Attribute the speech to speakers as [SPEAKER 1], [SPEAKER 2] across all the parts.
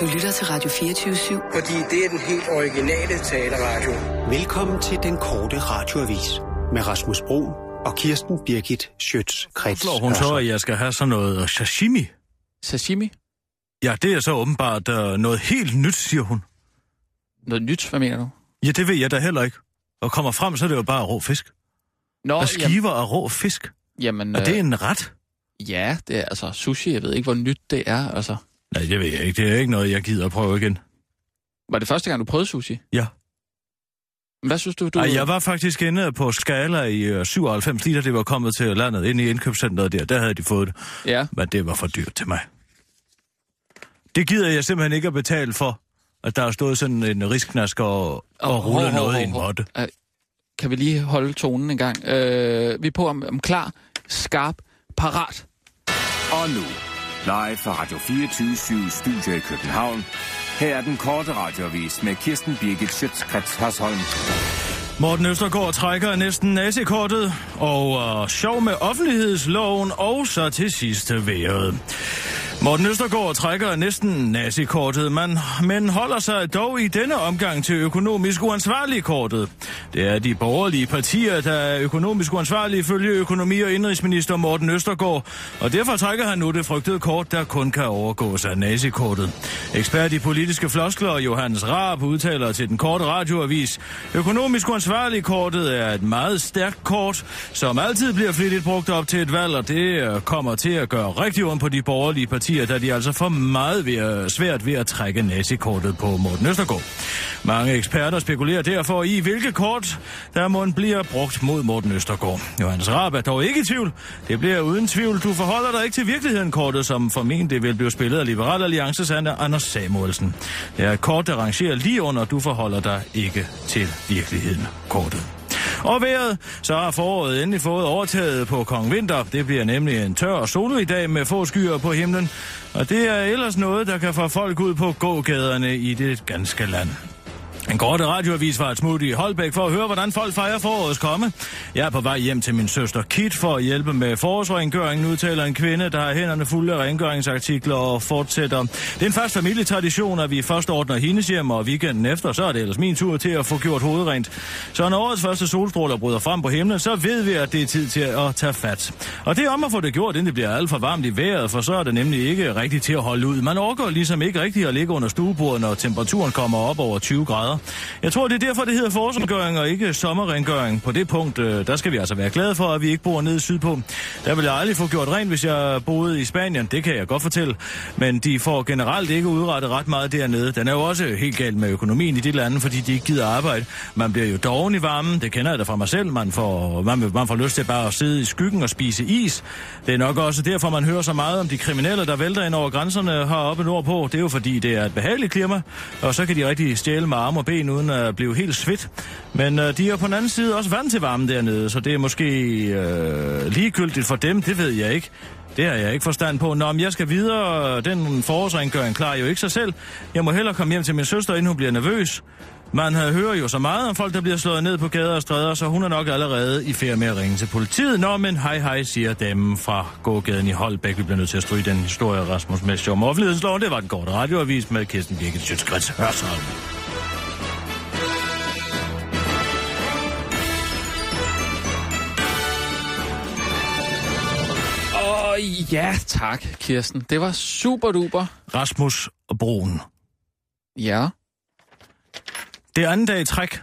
[SPEAKER 1] Du lytter til Radio 24
[SPEAKER 2] Fordi det er den helt originale taleradio.
[SPEAKER 3] Velkommen til den korte radioavis med Rasmus Bro og Kirsten Birgit Schøtz-Krets.
[SPEAKER 4] Slår hun så, at jeg skal have sådan noget sashimi?
[SPEAKER 5] Sashimi?
[SPEAKER 4] Ja, det er så åbenbart uh, noget helt nyt, siger hun.
[SPEAKER 5] Noget nyt, hvad mener du?
[SPEAKER 4] Ja, det ved jeg da heller ikke. Og kommer frem, så er det jo bare rå fisk.
[SPEAKER 5] Nå,
[SPEAKER 4] Og skiver af rå fisk.
[SPEAKER 5] jamen,
[SPEAKER 4] Er
[SPEAKER 5] øh,
[SPEAKER 4] det en ret?
[SPEAKER 5] ja, det er altså sushi. Jeg ved ikke, hvor nyt det er. Altså,
[SPEAKER 4] Nej, det ved jeg ikke. Det er ikke noget, jeg gider at prøve igen.
[SPEAKER 5] var det første gang, du prøvede sushi?
[SPEAKER 4] Ja.
[SPEAKER 5] Men Hvad synes du, du...
[SPEAKER 4] Ej, jeg var faktisk inde på Skala i øh, 97 liter, det var kommet til landet, inde i indkøbscenteret der. Der havde de fået det,
[SPEAKER 5] Ja,
[SPEAKER 4] men det var for dyrt til mig. Det gider jeg simpelthen ikke at betale for, at der har stået sådan en risknasker og, og
[SPEAKER 5] Hov,
[SPEAKER 4] ruller
[SPEAKER 5] hov,
[SPEAKER 4] noget
[SPEAKER 5] hov,
[SPEAKER 4] i en
[SPEAKER 5] hov.
[SPEAKER 4] måtte.
[SPEAKER 5] Ej, Kan vi lige holde tonen en gang? Øh, vi er på om, om klar, skarp, parat.
[SPEAKER 6] Og nu, live fra Radio 24 Studio i København. Her er den korte radiovis med Kirsten Birgit Schøtzgrads Hasholm.
[SPEAKER 4] Morten Østergaard trækker næsten nasekortet, og øh, sjov med offentlighedsloven, og så til sidst vejret. Morten Østergaard trækker næsten nazikortet, men, men holder sig dog i denne omgang til økonomisk uansvarlig kortet. Det er de borgerlige partier, der er økonomisk uansvarlige følge økonomi- og indrigsminister Morten Østergaard, og derfor trækker han nu det frygtede kort, der kun kan overgås af nazikortet. Ekspert i politiske floskler Johannes Raab udtaler til den korte radioavis, økonomisk uansvarlig kortet er et meget stærkt kort, som altid bliver flittigt brugt op til et valg, og det øh, kommer til at gøre rigtig ondt på de borgerlige partier, da de altså får meget ved, svært ved at trække nazikortet på Morten Østergaard. Mange eksperter spekulerer derfor i, hvilke kort der må bliver brugt mod Morten Østergaard. Johannes Raab er dog ikke i tvivl. Det bliver uden tvivl. Du forholder dig ikke til virkeligheden kortet, som formentlig vil blive spillet af Liberal Alliances Anna Anders Samuelsen. Det er et kort, der rangerer lige under, du forholder dig ikke til virkeligheden kortet. Og vejret, så har foråret endelig fået overtaget på Kong Vinter. Det bliver nemlig en tør og solig dag med få skyer på himlen. Og det er ellers noget, der kan få folk ud på gågaderne i det ganske land. En korte radioavis var et smut i Holbæk for at høre, hvordan folk fejrer forårets komme. Jeg er på vej hjem til min søster Kit for at hjælpe med forårsrengøringen, udtaler en kvinde, der har hænderne fulde af rengøringsartikler og fortsætter. Det er en fast familietradition, at vi først ordner hendes hjem, og weekenden efter, så er det ellers min tur til at få gjort hovedet rent. Så når årets første solstråler bryder frem på himlen, så ved vi, at det er tid til at tage fat. Og det er om at få det gjort, inden det bliver alt for varmt i vejret, for så er det nemlig ikke rigtigt til at holde ud. Man overgår ligesom ikke rigtigt at ligge under stuebordet, når temperaturen kommer op over 20 grader. Jeg tror, det er derfor, det hedder forårsrengøring og ikke sommerrengøring. På det punkt, øh, der skal vi altså være glade for, at vi ikke bor nede sydpå. Der ville jeg aldrig få gjort rent, hvis jeg boede i Spanien. Det kan jeg godt fortælle. Men de får generelt ikke udrettet ret meget dernede. Den er jo også helt galt med økonomien i de lande, fordi de ikke gider arbejde. Man bliver jo doven i varmen. Det kender jeg da fra mig selv. Man får, man, man får lyst til bare at sidde i skyggen og spise is. Det er nok også derfor, man hører så meget om de kriminelle, der vælter ind over grænserne heroppe nordpå. Det er jo fordi, det er et behageligt klima, og så kan de rigtig stjæle med arme og ben, uden at blive helt svedt. Men øh, de er på den anden side også vant til varmen dernede, så det er måske øh, ligegyldigt for dem, det ved jeg ikke. Det har jeg ikke forstand på. Nå, men jeg skal videre. Den forårsrengøring klarer jo ikke sig selv. Jeg må hellere komme hjem til min søster, inden hun bliver nervøs. Man øh, hører jo så meget om folk, der bliver slået ned på gader og stræder, så hun er nok allerede i færd med at ringe til politiet. Nå, men hej hej, siger damen fra gågaden i Holbæk. Vi bliver nødt til at stryge den historie, Rasmus Mæssig om offentlighedsloven. Det var den korte radioavis med Kirsten Birgit Sjøtskrets Hørsholm.
[SPEAKER 5] Åh, ja tak, Kirsten. Det var super duper.
[SPEAKER 4] Rasmus og Broen.
[SPEAKER 5] Ja.
[SPEAKER 4] Det er anden dag i træk,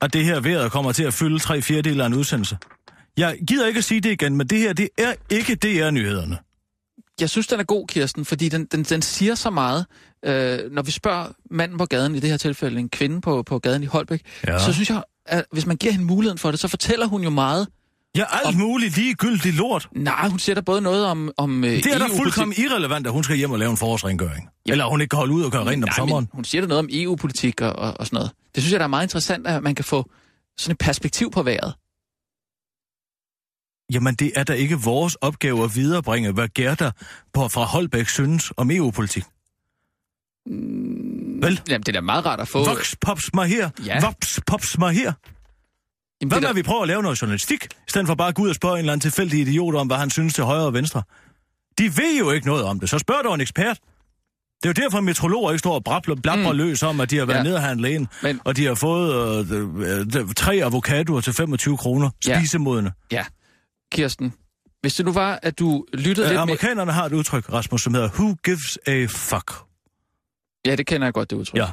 [SPEAKER 4] at det her vejret kommer til at fylde tre fjerdedele af en udsendelse. Jeg gider ikke at sige det igen, men det her, det er ikke DR-nyhederne.
[SPEAKER 5] Jeg synes, den er god, Kirsten, fordi den, den, den siger så meget. Øh, når vi spørger manden på gaden, i det her tilfælde en kvinde på, på gaden i Holbæk,
[SPEAKER 4] Ja.
[SPEAKER 5] ja. så synes jeg, at hvis man giver hende muligheden for det, så fortæller hun jo meget.
[SPEAKER 4] Ja, alt muligt ligegyldigt lort.
[SPEAKER 5] Nej, hun siger der både noget om... om øh, E
[SPEAKER 4] Det er da fuldkommen irrelevant, at hun skal hjem og lave en forårsrengøring. Eller hun ikke kan holde ud og gøre rent om
[SPEAKER 5] Nej,
[SPEAKER 4] sommeren.
[SPEAKER 5] Men hun siger der noget om EU-politik og, og, og sådan noget. Det synes jeg, der er meget interessant, at man kan få sådan et perspektiv på vejret.
[SPEAKER 4] Jamen, det er da ikke vores opgave at viderebringe, hvad Gerda på, fra Holbæk synes om E EU-politik. Vel?
[SPEAKER 5] Jamen, det er da meget rart at få...
[SPEAKER 4] Vox pops mig her.
[SPEAKER 5] Ja.
[SPEAKER 4] Vox pops mig her.
[SPEAKER 5] Jamen,
[SPEAKER 4] Hvad med,
[SPEAKER 5] det er
[SPEAKER 4] at
[SPEAKER 5] da...
[SPEAKER 4] vi prøver at lave noget journalistik, i stedet for bare at gå ud og spørge en eller anden tilfældig idiot om, hvad han synes til højre og venstre? De ved jo ikke noget om det, så spørg dog en ekspert. Det er jo derfor, at metrologer ikke står og brabler, blabber mm. løs om, at de har været ja.
[SPEAKER 5] Ja.
[SPEAKER 4] nede og handle ind,
[SPEAKER 5] Men-
[SPEAKER 4] og de har fået øh, øh, øh, tre avocadoer til 25 kroner,
[SPEAKER 5] Ja.
[SPEAKER 4] spisemodne.
[SPEAKER 5] Ja. Kirsten, hvis det nu var, at du lyttede
[SPEAKER 4] Øh,
[SPEAKER 5] lidt mere...
[SPEAKER 4] amerikanerne har et udtryk, Rasmus, som hedder, who gives a fuck?
[SPEAKER 5] Ja, det kender jeg godt, det udtryk.
[SPEAKER 4] Ja.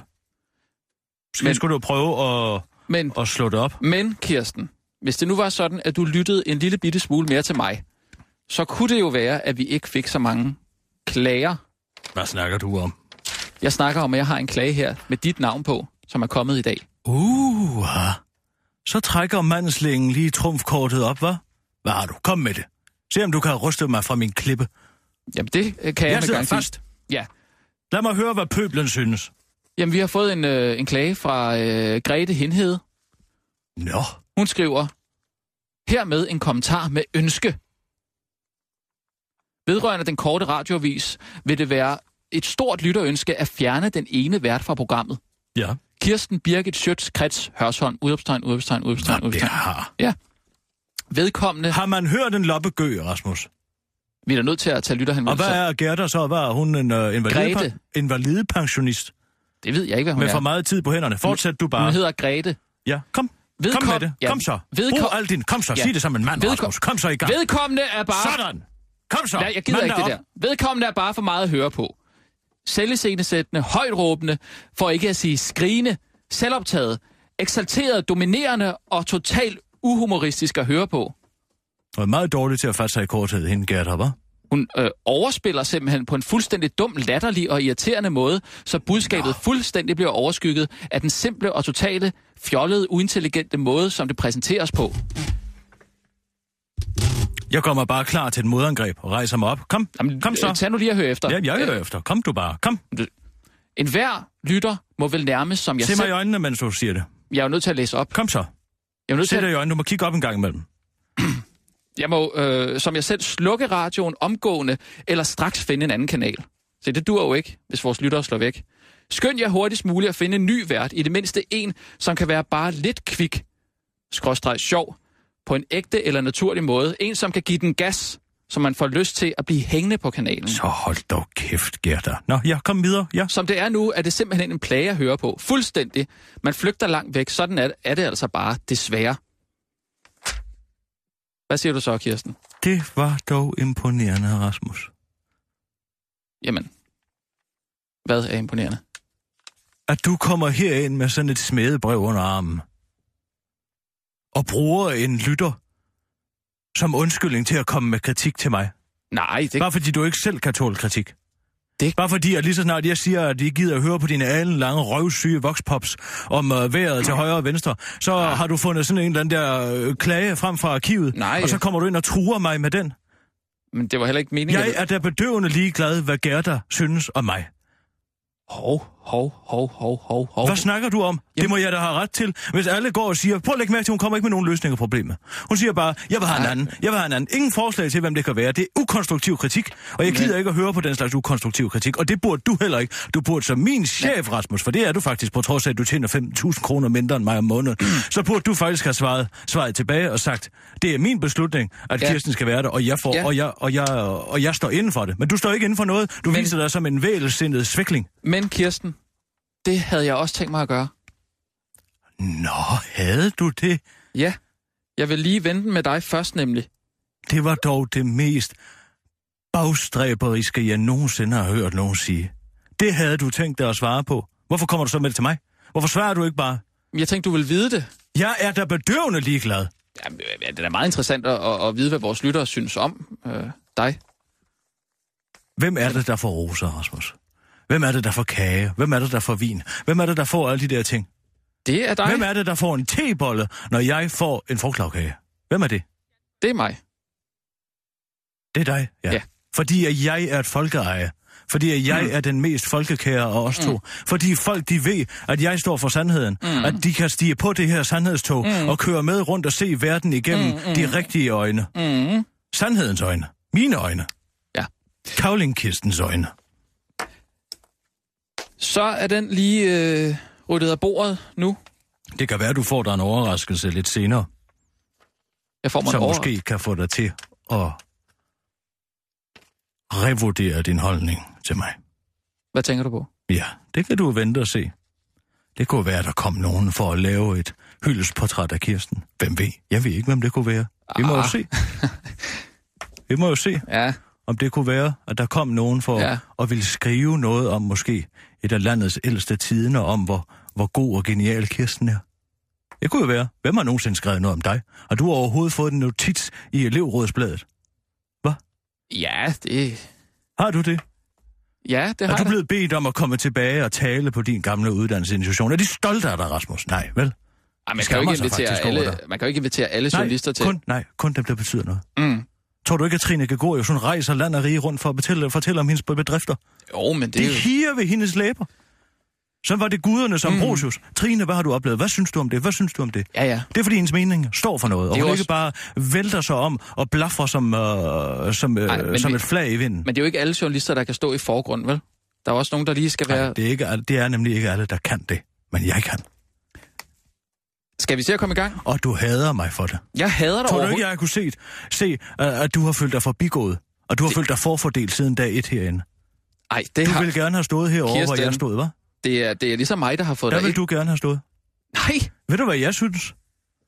[SPEAKER 4] Skal, Men...
[SPEAKER 5] Men-
[SPEAKER 4] skulle du prøve at,
[SPEAKER 5] Men,
[SPEAKER 4] at slå det op?
[SPEAKER 5] men, Kirsten, hvis det nu var sådan, at du lyttede en lille bitte smule mere til mig, så kunne det jo være, at vi ikke fik så mange klager.
[SPEAKER 4] Hvad snakker du om?
[SPEAKER 5] Jeg snakker om, at jeg har en klage her med dit navn på, som er kommet i dag.
[SPEAKER 4] Uh, så trækker mandslingen lige trumfkortet op, hva'? Hvad har du? Kom med det. Se om du kan ryste mig fra min klippe.
[SPEAKER 5] Jamen, det øh, kan jeg,
[SPEAKER 4] Jeg
[SPEAKER 5] med
[SPEAKER 4] sidder
[SPEAKER 5] garanti.
[SPEAKER 4] fast.
[SPEAKER 5] Ja.
[SPEAKER 4] Lad mig høre, hvad pøblen synes.
[SPEAKER 5] Jamen, vi har fået en, øh, en klage fra øh, Grete Hindhede.
[SPEAKER 4] Nå,
[SPEAKER 5] Hun skriver, hermed en kommentar med ønske. Vedrørende den korte radiovis vil det være et stort lytterønske at fjerne den ene vært fra programmet.
[SPEAKER 4] ja.
[SPEAKER 5] Kirsten Birgit Schøtz Krets Hørsholm, udopstegn, udopstegn, udopstegn,
[SPEAKER 4] Nå, det
[SPEAKER 5] udopstegn.
[SPEAKER 4] har.
[SPEAKER 5] Vedkommende,
[SPEAKER 4] Har man hørt en loppegø, Rasmus?
[SPEAKER 5] vi er da nødt til at tage
[SPEAKER 4] Og hvad
[SPEAKER 5] lytterhenvendelser.
[SPEAKER 4] er Gerda så? Hvad er hun? En uh, invalide,
[SPEAKER 5] Altså- Grete.
[SPEAKER 4] invalidepensionist
[SPEAKER 5] Det ved jeg ikke, hvad hun
[SPEAKER 4] med
[SPEAKER 5] er.
[SPEAKER 4] for meget tid på hænderne. Fortsæt du bare.
[SPEAKER 5] Hun hedder Grete.
[SPEAKER 4] Ja, kom. Kom
[SPEAKER 5] Vedkom-
[SPEAKER 4] med det.
[SPEAKER 5] Ja,
[SPEAKER 4] Kom så.
[SPEAKER 5] vedkom-
[SPEAKER 4] Brug alt din. Kom så.
[SPEAKER 5] Ja.
[SPEAKER 4] Sig det som en mand,
[SPEAKER 5] Vedkom-
[SPEAKER 4] Rasmus. Kom så i gang.
[SPEAKER 5] Vedkommende er bare...
[SPEAKER 4] Sådan. Kom så.
[SPEAKER 5] Nej, jeg gider
[SPEAKER 4] Mand
[SPEAKER 5] ikke det
[SPEAKER 4] dig
[SPEAKER 5] der.
[SPEAKER 4] op.
[SPEAKER 5] Vedkommende er bare for meget at høre på. Selviscenesættende, højt råbende, for ikke at sige skrigende, selvoptaget, eksalteret, dominerende og totalt uhumoristisk at høre på.
[SPEAKER 4] Hun er meget dårlig til at fatte sig i korthed, hende Gerda, hva'?
[SPEAKER 5] Hun øh, overspiller simpelthen på en fuldstændig dum, latterlig og irriterende måde, så budskabet fuldstændig bliver overskygget af den simple og totale, fjollede, uintelligente måde, som det præsenteres på.
[SPEAKER 4] Jeg kommer bare klar til et modangreb og rejser mig op. Kom, Jamen, kom så.
[SPEAKER 5] øh, Tag nu lige at høre efter.
[SPEAKER 4] Ja, jeg hører efter. Kom du bare. Kom.
[SPEAKER 5] En hver lytter må vel nærmest, som jeg
[SPEAKER 4] Se mig i
[SPEAKER 5] selv...
[SPEAKER 4] øjnene, mens du siger det.
[SPEAKER 5] Jeg er jo nødt til at læse op.
[SPEAKER 4] Kom så.
[SPEAKER 5] Jeg er nødt til
[SPEAKER 4] Se
[SPEAKER 5] at
[SPEAKER 4] dig i øjnene. Du må kigge op en gang imellem.
[SPEAKER 5] Jeg må, øh, som jeg selv, slukke radioen omgående, eller straks finde en anden kanal. Se, det dur jo ikke, hvis vores lyttere slår væk. Skynd jer hurtigst muligt at finde en ny vært, i det mindste en, som kan være bare lidt kvik, skråstreg sjov, på en ægte eller naturlig måde. En, som kan give den gas, så man får lyst til at blive hængende på kanalen.
[SPEAKER 4] Så hold dog kæft, Gerda. Nå, ja, kom videre. Ja.
[SPEAKER 5] Som det er nu, er det simpelthen en plage at høre på. Fuldstændig. Man flygter langt væk. Sådan er, er det altså bare, desværre. Hvad siger du så, Kirsten?
[SPEAKER 4] Det var dog imponerende, Rasmus.
[SPEAKER 5] Jamen, hvad er imponerende?
[SPEAKER 4] At du kommer herind med sådan et smedebrev under armen. Og bruger en lytter som undskyldning til at komme med kritik til mig.
[SPEAKER 5] Nej, det,
[SPEAKER 4] Bare fordi du ikke selv kan tåle kritik.
[SPEAKER 5] Det-
[SPEAKER 4] Bare fordi, at lige så snart jeg siger, at I gider at høre på dine alenlange røvsyge voxpops om uh, vejret til højre og venstre, så
[SPEAKER 5] Ah.
[SPEAKER 4] har du fundet sådan en eller anden der øh, klage frem fra arkivet,
[SPEAKER 5] Nej.
[SPEAKER 4] og så kommer du ind og truer mig med den.
[SPEAKER 5] men det var heller ikke meningen.
[SPEAKER 4] Jeg er da bedøvende ligeglad, hvad Gerda synes om mig.
[SPEAKER 5] Hov, hov, hov, hov, hov, hov.
[SPEAKER 4] Hvad snakker du om? Jamen. Det må jeg da have ret til. Hvis alle går og siger, prøv at lægge mærke til, hun kommer ikke med nogen løsning af problemet. Hun siger bare, jeg vil have en
[SPEAKER 5] Nej.
[SPEAKER 4] anden, jeg vil have en anden. Ingen forslag til, hvem det kan være. Det er ukonstruktiv kritik, og jeg
[SPEAKER 5] Men-
[SPEAKER 4] gider ikke at høre på den slags ukonstruktiv kritik. Og det burde du heller ikke. Du burde som min chef, Rasmus, for det er du faktisk, på trods af, at du tjener 5.000 kroner mindre end mig om måneden. så burde du faktisk have svaret, svaret tilbage og sagt, det er min beslutning, at
[SPEAKER 5] Ja.
[SPEAKER 4] Kirsten skal være der, og jeg, får,
[SPEAKER 5] Ja.
[SPEAKER 4] og, jeg, og, jeg, og jeg står inden for det. Men du står ikke inden for noget. Du
[SPEAKER 5] Men-
[SPEAKER 4] viser dig som en vælsindet svikling.
[SPEAKER 5] Men Kirsten, det havde jeg også tænkt mig at gøre.
[SPEAKER 4] Nå, havde du det?
[SPEAKER 5] Ja, jeg vil lige vente med dig først nemlig.
[SPEAKER 4] Det var dog det mest bagstræberiske, jeg nogensinde har hørt nogen sige. Det havde du tænkt dig at svare på. Hvorfor kommer du så med det til mig? Hvorfor svarer du ikke bare?
[SPEAKER 5] Men Jeg tænkte, du ville vide det.
[SPEAKER 4] Jeg er da bedøvende ligeglad.
[SPEAKER 5] Jamen, ja, det er da meget interessant at, at, at vide, hvad vores lyttere synes om øh, dig.
[SPEAKER 4] Hvem er det, der får roser, Rasmus? Hvem er det, der får kage? Hvem er det, der får vin? Hvem er det, der får alle de der ting?
[SPEAKER 5] Det er dig.
[SPEAKER 4] Hvem er det, der får en tebolle, når jeg får en frugtlavkage? Hvem er det?
[SPEAKER 5] Det er mig.
[SPEAKER 4] Det er dig, ja.
[SPEAKER 5] Ja.
[SPEAKER 4] ja. Fordi at jeg er et folkeeje. Fordi at jeg mm. er den mest folkekære af os to. Mm. Fordi folk, de ved, at jeg står for sandheden. Mm. At de kan stige på det her sandhedstog mm. og køre med rundt og se verden igennem mm. de rigtige øjne. Mm. Sandhedens øjne. Mine øjne.
[SPEAKER 5] Ja.
[SPEAKER 4] Kavlingkistens øjne.
[SPEAKER 5] Så er den lige øh, ryddet af bordet nu.
[SPEAKER 4] Det kan være, du får dig en overraskelse lidt senere,
[SPEAKER 5] Jeg får mig
[SPEAKER 4] som
[SPEAKER 5] en over...
[SPEAKER 4] måske kan få dig til at revurdere din holdning til mig.
[SPEAKER 5] Hvad tænker du på?
[SPEAKER 4] Ja, det kan du vente og se. Det kunne være, der kom nogen for at lave et hyldesportræt af Kirsten. Hvem ved? Jeg ved ikke, hvem det kunne være. Vi må jo
[SPEAKER 5] Ah.
[SPEAKER 4] se. Vi må jo se,
[SPEAKER 5] Ja,
[SPEAKER 4] om det kunne være, at der kom nogen for
[SPEAKER 5] Ja.
[SPEAKER 4] ja. at ville skrive noget om måske et af landets ældste tiderne om, hvor, hvor god og genial Kirsten er. Det kunne jo være. Hvem har nogensinde skrevet noget om dig? Har du overhovedet fået en notits i elevrådsbladet?
[SPEAKER 5] ja det,
[SPEAKER 4] Har du det?
[SPEAKER 5] ja, det
[SPEAKER 4] Er
[SPEAKER 5] har
[SPEAKER 4] du
[SPEAKER 5] jeg.
[SPEAKER 4] blevet bedt om at komme tilbage og tale på din gamle uddannelsesinstitution? Er de stolte af dig, Rasmus? Nej, vel?
[SPEAKER 5] Ej,
[SPEAKER 4] de
[SPEAKER 5] man, kan jo
[SPEAKER 4] skammer
[SPEAKER 5] ikke
[SPEAKER 4] sig
[SPEAKER 5] invitere
[SPEAKER 4] faktisk over
[SPEAKER 5] alle, man kan jo ikke invitere alle journalister til.
[SPEAKER 4] kun, nej, kun dem, der betyder noget.
[SPEAKER 5] Mm.
[SPEAKER 4] Tror du ikke, at Trine Gregorius, hun rejser land og rige rundt for at fortælle, fortælle om hendes bedrifter?
[SPEAKER 5] Jo, men det
[SPEAKER 4] Det
[SPEAKER 5] er
[SPEAKER 4] de
[SPEAKER 5] jo...
[SPEAKER 4] higer ved hendes læber. Så var det guderne som mm. Brosius. Trine, hvad har du oplevet? Hvad synes du om det? Hvad synes du om det?
[SPEAKER 5] Ja, ja.
[SPEAKER 4] Det er fordi hendes mening står for noget, og
[SPEAKER 5] Det er
[SPEAKER 4] hun
[SPEAKER 5] jo
[SPEAKER 4] også... ikke bare vælter sig om og blaffer som, øh, som, øh,
[SPEAKER 5] Ej, men
[SPEAKER 4] Ej, som
[SPEAKER 5] vi-
[SPEAKER 4] et flag i vinden. Men...
[SPEAKER 5] Men det er jo ikke alle journalister, der kan stå i forgrunden, vel? Der er også nogen, der lige skal være...
[SPEAKER 4] Ej, Altså, det, er ikke, alle- det er nemlig ikke alle, der kan det. Men jeg kan.
[SPEAKER 5] Skal vi se at komme i gang?
[SPEAKER 4] Og du hader mig for det.
[SPEAKER 5] Jeg hader dig
[SPEAKER 4] Tror du
[SPEAKER 5] overhovedet.
[SPEAKER 4] ikke, jeg kunne set, se, øh, at du har følt dig forbigået? Og du har det... følt dig forfordelt siden dag et herinde.
[SPEAKER 5] Ej, det,
[SPEAKER 4] Du
[SPEAKER 5] har,
[SPEAKER 4] ville gerne have stået herovre, Kirsten. hvor
[SPEAKER 5] Kirsten,
[SPEAKER 4] jeg stod, var?
[SPEAKER 5] det, er, det er ligesom mig, der har fået
[SPEAKER 4] Der
[SPEAKER 5] dig
[SPEAKER 4] ville
[SPEAKER 5] ind.
[SPEAKER 4] du gerne have stået.
[SPEAKER 5] Nej!
[SPEAKER 4] Ved du, hvad jeg synes?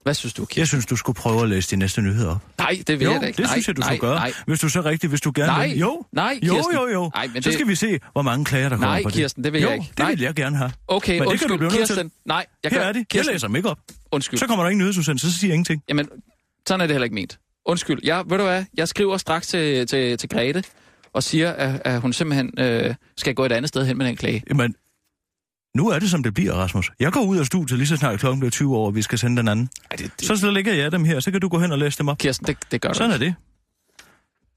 [SPEAKER 5] Hvad synes du, Kirsten?
[SPEAKER 4] Jeg synes, du skulle prøve at læse de næste nyheder op.
[SPEAKER 5] Nej, det vil
[SPEAKER 4] jo,
[SPEAKER 5] jeg da ikke.
[SPEAKER 4] det
[SPEAKER 5] nej,
[SPEAKER 4] synes jeg, du
[SPEAKER 5] nej,
[SPEAKER 4] skulle gøre.
[SPEAKER 5] Nej,
[SPEAKER 4] Hvis du så rigtigt, hvis du gerne
[SPEAKER 5] Nej,
[SPEAKER 4] vil. Jo,
[SPEAKER 5] nej,
[SPEAKER 4] jo,
[SPEAKER 5] Kirsten.
[SPEAKER 4] jo, jo.
[SPEAKER 5] Nej, men
[SPEAKER 4] så
[SPEAKER 5] det-
[SPEAKER 4] skal vi se, hvor mange klager, der kommer
[SPEAKER 5] Nej,
[SPEAKER 4] på det.
[SPEAKER 5] Kirsten, det vil
[SPEAKER 4] jo,
[SPEAKER 5] jeg ikke.
[SPEAKER 4] det
[SPEAKER 5] Nej.
[SPEAKER 4] vil jeg gerne have.
[SPEAKER 5] Okay,
[SPEAKER 4] Men det kan
[SPEAKER 5] undskyld,
[SPEAKER 4] du blive nødt til.
[SPEAKER 5] Kirsten. Nej, jeg
[SPEAKER 4] Her
[SPEAKER 5] gør,
[SPEAKER 4] er de. Jeg
[SPEAKER 5] Kirsten,
[SPEAKER 4] læser dem ikke op.
[SPEAKER 5] undskyld.
[SPEAKER 4] Så kommer der ingen nyhedsudsendelse, så siger jeg ingenting.
[SPEAKER 5] Jamen, sådan er det heller ikke ment. Undskyld. Jeg, ved du hvad? Jeg skriver straks til, til, til Grete og siger, at, at hun simpelthen øh, skal gå et andet sted hen med den klage.
[SPEAKER 4] Jamen, nu er det, som det bliver, Rasmus. Jeg går ud af studiet lige så snart klokken bliver 20 over, og vi skal sende den anden.
[SPEAKER 5] Ej, det, det.
[SPEAKER 4] Så, så lægger jeg dem her, så kan du gå hen og læse dem op.
[SPEAKER 5] Kirsten, det, det gør du
[SPEAKER 4] Sådan er
[SPEAKER 5] ikke.
[SPEAKER 4] det.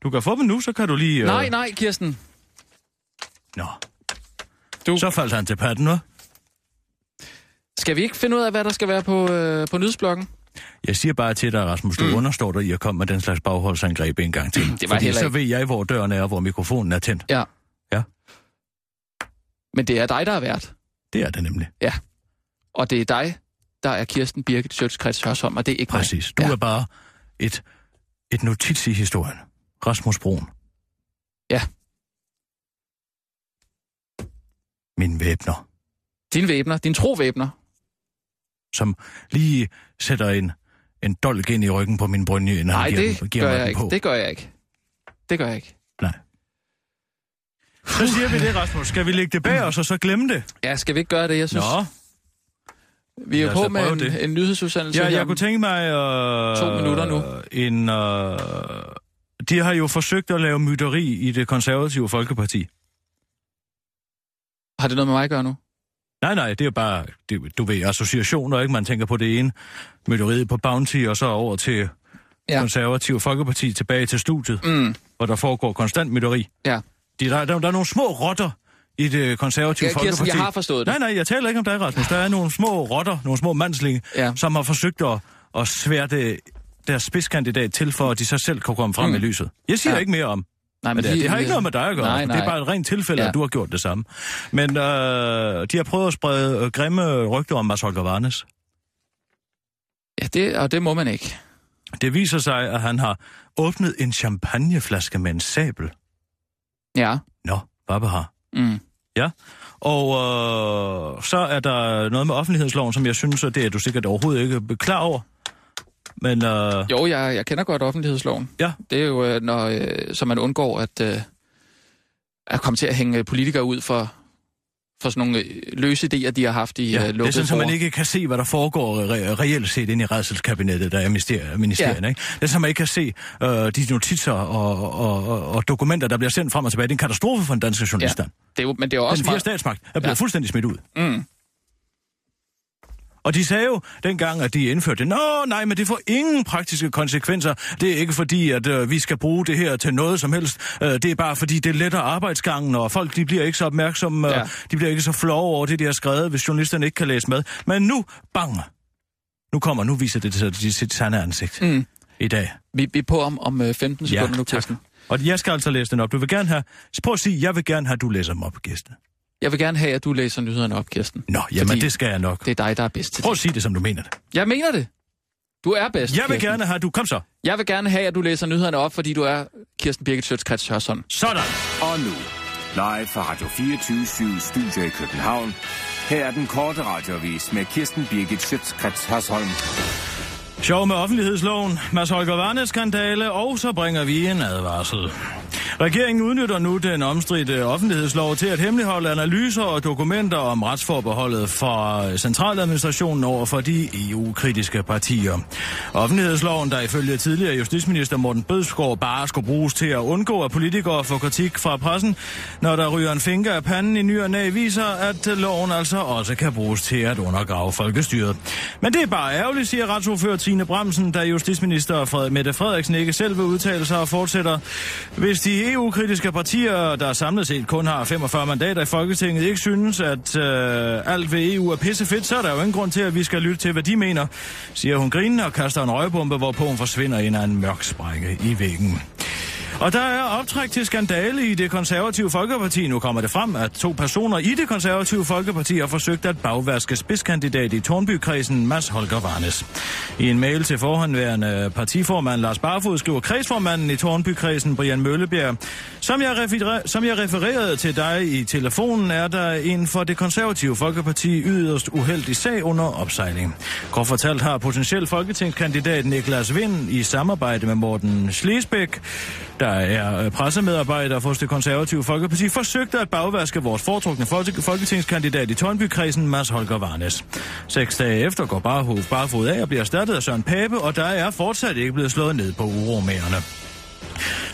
[SPEAKER 4] Du kan få dem nu, så kan du lige... øh,
[SPEAKER 5] Nej, nej, Kirsten.
[SPEAKER 4] Nå.
[SPEAKER 5] Du-
[SPEAKER 4] Du. Så faldt han til patten, hva'?
[SPEAKER 5] Skal vi ikke finde ud af, hvad der skal være på, øh, på nyhedsblokken?
[SPEAKER 4] Jeg siger bare til dig, Rasmus, du mm. understår dig i at komme med den slags bagholdsangreb en gang til.
[SPEAKER 5] Mm, Det var
[SPEAKER 4] Fordi
[SPEAKER 5] heller
[SPEAKER 4] så
[SPEAKER 5] ikke-
[SPEAKER 4] ved jeg, hvor døren er, og hvor mikrofonen er tændt.
[SPEAKER 5] Ja.
[SPEAKER 4] Ja.
[SPEAKER 5] Men det er dig, der er vært.
[SPEAKER 4] Det er det nemlig.
[SPEAKER 5] Og det er dig, der er Kirsten Birgit Sjøtskrets Hørsholm, og det er ikke mig.
[SPEAKER 4] Præcis. Du
[SPEAKER 5] Ja.
[SPEAKER 4] ja. er bare et, et notits i historien. Rasmus Broen.
[SPEAKER 5] Ja.
[SPEAKER 4] Min væbner,
[SPEAKER 5] Din væbner, din trovæbner.
[SPEAKER 4] som lige sætter en, en dolk ind i ryggen på min brynje, inden
[SPEAKER 5] Nej,
[SPEAKER 4] han giver, den,
[SPEAKER 5] det
[SPEAKER 4] giver
[SPEAKER 5] gør
[SPEAKER 4] mig
[SPEAKER 5] jeg
[SPEAKER 4] den
[SPEAKER 5] ikke.
[SPEAKER 4] på.
[SPEAKER 5] Det gør jeg ikke. Det gør jeg ikke.
[SPEAKER 4] Nej. Så siger vi det, Rasmus. Skal vi lægge det
[SPEAKER 5] Mm.
[SPEAKER 4] bag os og så glemme det?
[SPEAKER 5] Ja, skal vi ikke gøre det? Jeg synes,
[SPEAKER 4] Nå.
[SPEAKER 5] vi er jo
[SPEAKER 4] lad os
[SPEAKER 5] på
[SPEAKER 4] da
[SPEAKER 5] med
[SPEAKER 4] prøve
[SPEAKER 5] en,
[SPEAKER 4] det.
[SPEAKER 5] en nyhedsudsendelse.
[SPEAKER 4] Ja,
[SPEAKER 5] her
[SPEAKER 4] jeg
[SPEAKER 5] om-
[SPEAKER 4] kunne tænke mig... Øh,
[SPEAKER 5] To minutter nu.
[SPEAKER 4] En, øh, de har jo forsøgt at lave myteri i det konservative Folkeparti.
[SPEAKER 5] Har det noget med mig at gøre nu?
[SPEAKER 4] Nej, nej, det er bare, det, du ved, associationer, ikke? Man tænker på det ene, mytteriet på Bounty, og så over til
[SPEAKER 5] Ja.
[SPEAKER 4] ja. konservative Folkeparti tilbage til studiet,
[SPEAKER 5] Mm.
[SPEAKER 4] hvor der foregår konstant myteri.
[SPEAKER 5] Ja.
[SPEAKER 4] De, der, der, der er nogle små rotter i det konservative
[SPEAKER 5] Ja, Kirsten,
[SPEAKER 4] Folkeparti.
[SPEAKER 5] jeg har forstået det.
[SPEAKER 4] Nej, nej, jeg taler ikke om dig, Rasmus. Der er nogle små rotter, nogle små mandslinge,
[SPEAKER 5] Ja.
[SPEAKER 4] ja. som har forsøgt at, at sværte deres spidskandidat til, for at de så selv kan komme frem
[SPEAKER 5] Mm.
[SPEAKER 4] mm. i lyset. Jeg siger
[SPEAKER 5] Ja.
[SPEAKER 4] ja. ikke mere om,
[SPEAKER 5] Nej,
[SPEAKER 4] men det, er.
[SPEAKER 5] lige-
[SPEAKER 4] det har ikke noget med dig at gøre.
[SPEAKER 5] Nej, nej.
[SPEAKER 4] Det er bare et rent tilfælde,
[SPEAKER 5] Ja.
[SPEAKER 4] ja. at du har gjort det samme. Men øh, de har prøvet at sprede øh, grimme rygter om Mads Holger Varnes.
[SPEAKER 5] Ja, det, og det må man ikke.
[SPEAKER 4] Det viser sig, at han har åbnet en champagneflaske med en sabel.
[SPEAKER 5] Ja.
[SPEAKER 4] Nå, Baba har.
[SPEAKER 5] Mm.
[SPEAKER 4] Ja. Og øh, så er der noget med offentlighedsloven, som jeg synes, at det er du sikkert overhovedet ikke klar over. Men øh,
[SPEAKER 5] Jo, jeg, jeg kender godt offentlighedsloven.
[SPEAKER 4] Ja.
[SPEAKER 5] Det er jo, øh, når, øh, så man undgår at, øh, at komme til at hænge politikere ud for, for sådan nogle øh, løse idéer, de har haft i ja,
[SPEAKER 4] ja,
[SPEAKER 5] øh,
[SPEAKER 4] det er
[SPEAKER 5] lukkede
[SPEAKER 4] sådan, at man
[SPEAKER 5] fora.
[SPEAKER 4] ikke kan se, hvad der foregår re- reelt set inde i redselskabinettet, der er ministeri- ministerierne. Ja. Ikke? Det er sådan, at man ikke kan se øh, de notitser og, og, og, og dokumenter, der bliver sendt frem og tilbage. Det er en katastrofe for den danske journaliststand. Ja.
[SPEAKER 5] Det er jo, men det er jo
[SPEAKER 4] Den
[SPEAKER 5] også
[SPEAKER 4] fjerde
[SPEAKER 5] meget...
[SPEAKER 4] statsmagt er blevet
[SPEAKER 5] Ja.
[SPEAKER 4] ja. fuldstændig smidt ud.
[SPEAKER 5] Mm.
[SPEAKER 4] Og de sagde jo dengang, at de indførte det. Nå, nej, men det får ingen praktiske konsekvenser. Det er ikke fordi, at øh, vi skal bruge det her til noget som helst. Øh, det er bare fordi, det letter arbejdsgangen, og folk de bliver ikke så opmærksomme. Øh,
[SPEAKER 5] Ja.
[SPEAKER 4] ja. De bliver ikke så flove over det, de har skrevet, hvis journalisterne ikke kan læse med. Men nu, bang! Nu kommer, nu viser det sig sit, sit sande ansigt
[SPEAKER 5] Mm.
[SPEAKER 4] mm. i dag.
[SPEAKER 5] Vi, vi er på om, om øh, 15
[SPEAKER 4] Ja,
[SPEAKER 5] sekunder nu, Kirsten.
[SPEAKER 4] Og jeg skal altså læse den op. Du vil gerne have... Prøv at sige, jeg vil gerne have, at du læser dem op, Kirsten.
[SPEAKER 5] Jeg vil gerne have, at du læser nyhederne op, Kirsten.
[SPEAKER 4] Nå, jamen
[SPEAKER 5] Fordi-
[SPEAKER 4] Fordi... det skal jeg nok.
[SPEAKER 5] Det er dig, der er bedst til
[SPEAKER 4] Prøv
[SPEAKER 5] det.
[SPEAKER 4] at sige det, som du mener det.
[SPEAKER 5] Jeg mener det. Du Altså, er bedst,
[SPEAKER 4] Jeg vil
[SPEAKER 5] Kirsten.
[SPEAKER 4] gerne have, at du... Kom så.
[SPEAKER 5] Jeg vil gerne have, at du læser nyhederne op, fordi du er Kirsten Birgit Sjøtskrets Hørsson.
[SPEAKER 4] Sådan.
[SPEAKER 6] Og nu, Live fra Radio 24 Studio i København. Her er den korte radiovis med Kirsten Birgit Schøtzgrads Hasholm.
[SPEAKER 4] Sjov med offentlighedsloven, Mads Holger Varnes-skandale, og så bringer vi en advarsel. Regeringen udnytter nu den omstridte offentlighedslov til at hemmeligholde analyser og dokumenter om retsforbeholdet fra centraladministrationen over for de EU-kritiske partier. Offentlighedsloven, der ifølge tidligere justitsminister Morten Bødskov bare skulle bruges til at undgå, at politikere får kritik fra pressen, når der ryger en finger af panden i ny og næ, viser, at loven altså også kan bruges til at undergrave folkestyret. Men det er bare ærgerligt, siger retsordfører Trine Bremsen, da justitsminister Fred- Mette Frederiksen ikke selv vil udtale sig og fortsætter. Hvis de EU-kritiske partier, der samlet set kun har 45 mandater i Folketinget, ikke synes, at øh, alt ved EU er pissefedt, så er der jo ingen grund til, at vi skal lytte til, hvad de mener, siger hun grinende og kaster en røgbombe, hvorpå hun forsvinder ind ad en mørk sprække i væggen. Og der er optræk til skandale i det konservative Folkeparti. Nu kommer det frem, at to personer i det konservative Folkeparti har forsøgt at bagvaske spidskandidat i Tornbykredsen, Mads Holger Varnes. I en mail til forhåndværende partiformand Lars Barfod skriver kredsformanden i Tornbykredsen, Brian Møllebjerg, som jeg, referer, som jeg refererede til dig i telefonen, er der en for det konservative Folkeparti yderst uheldig sag under opsejling. Kort fortalt har potentiel folketingskandidat Niklas Vind i samarbejde med Morten Schlesbæk, der er øh, pressemedarbejder hos det konservative Folkeparti, forsøgte at bagvaske vores foretrukne folke- folketingskandidat i Tornbykredsen, Mads Holger Varnes. Seks dage efter går Barhof barfod af og bliver erstattet af Søren Pape, og der er fortsat ikke blevet slået ned på uromagerne.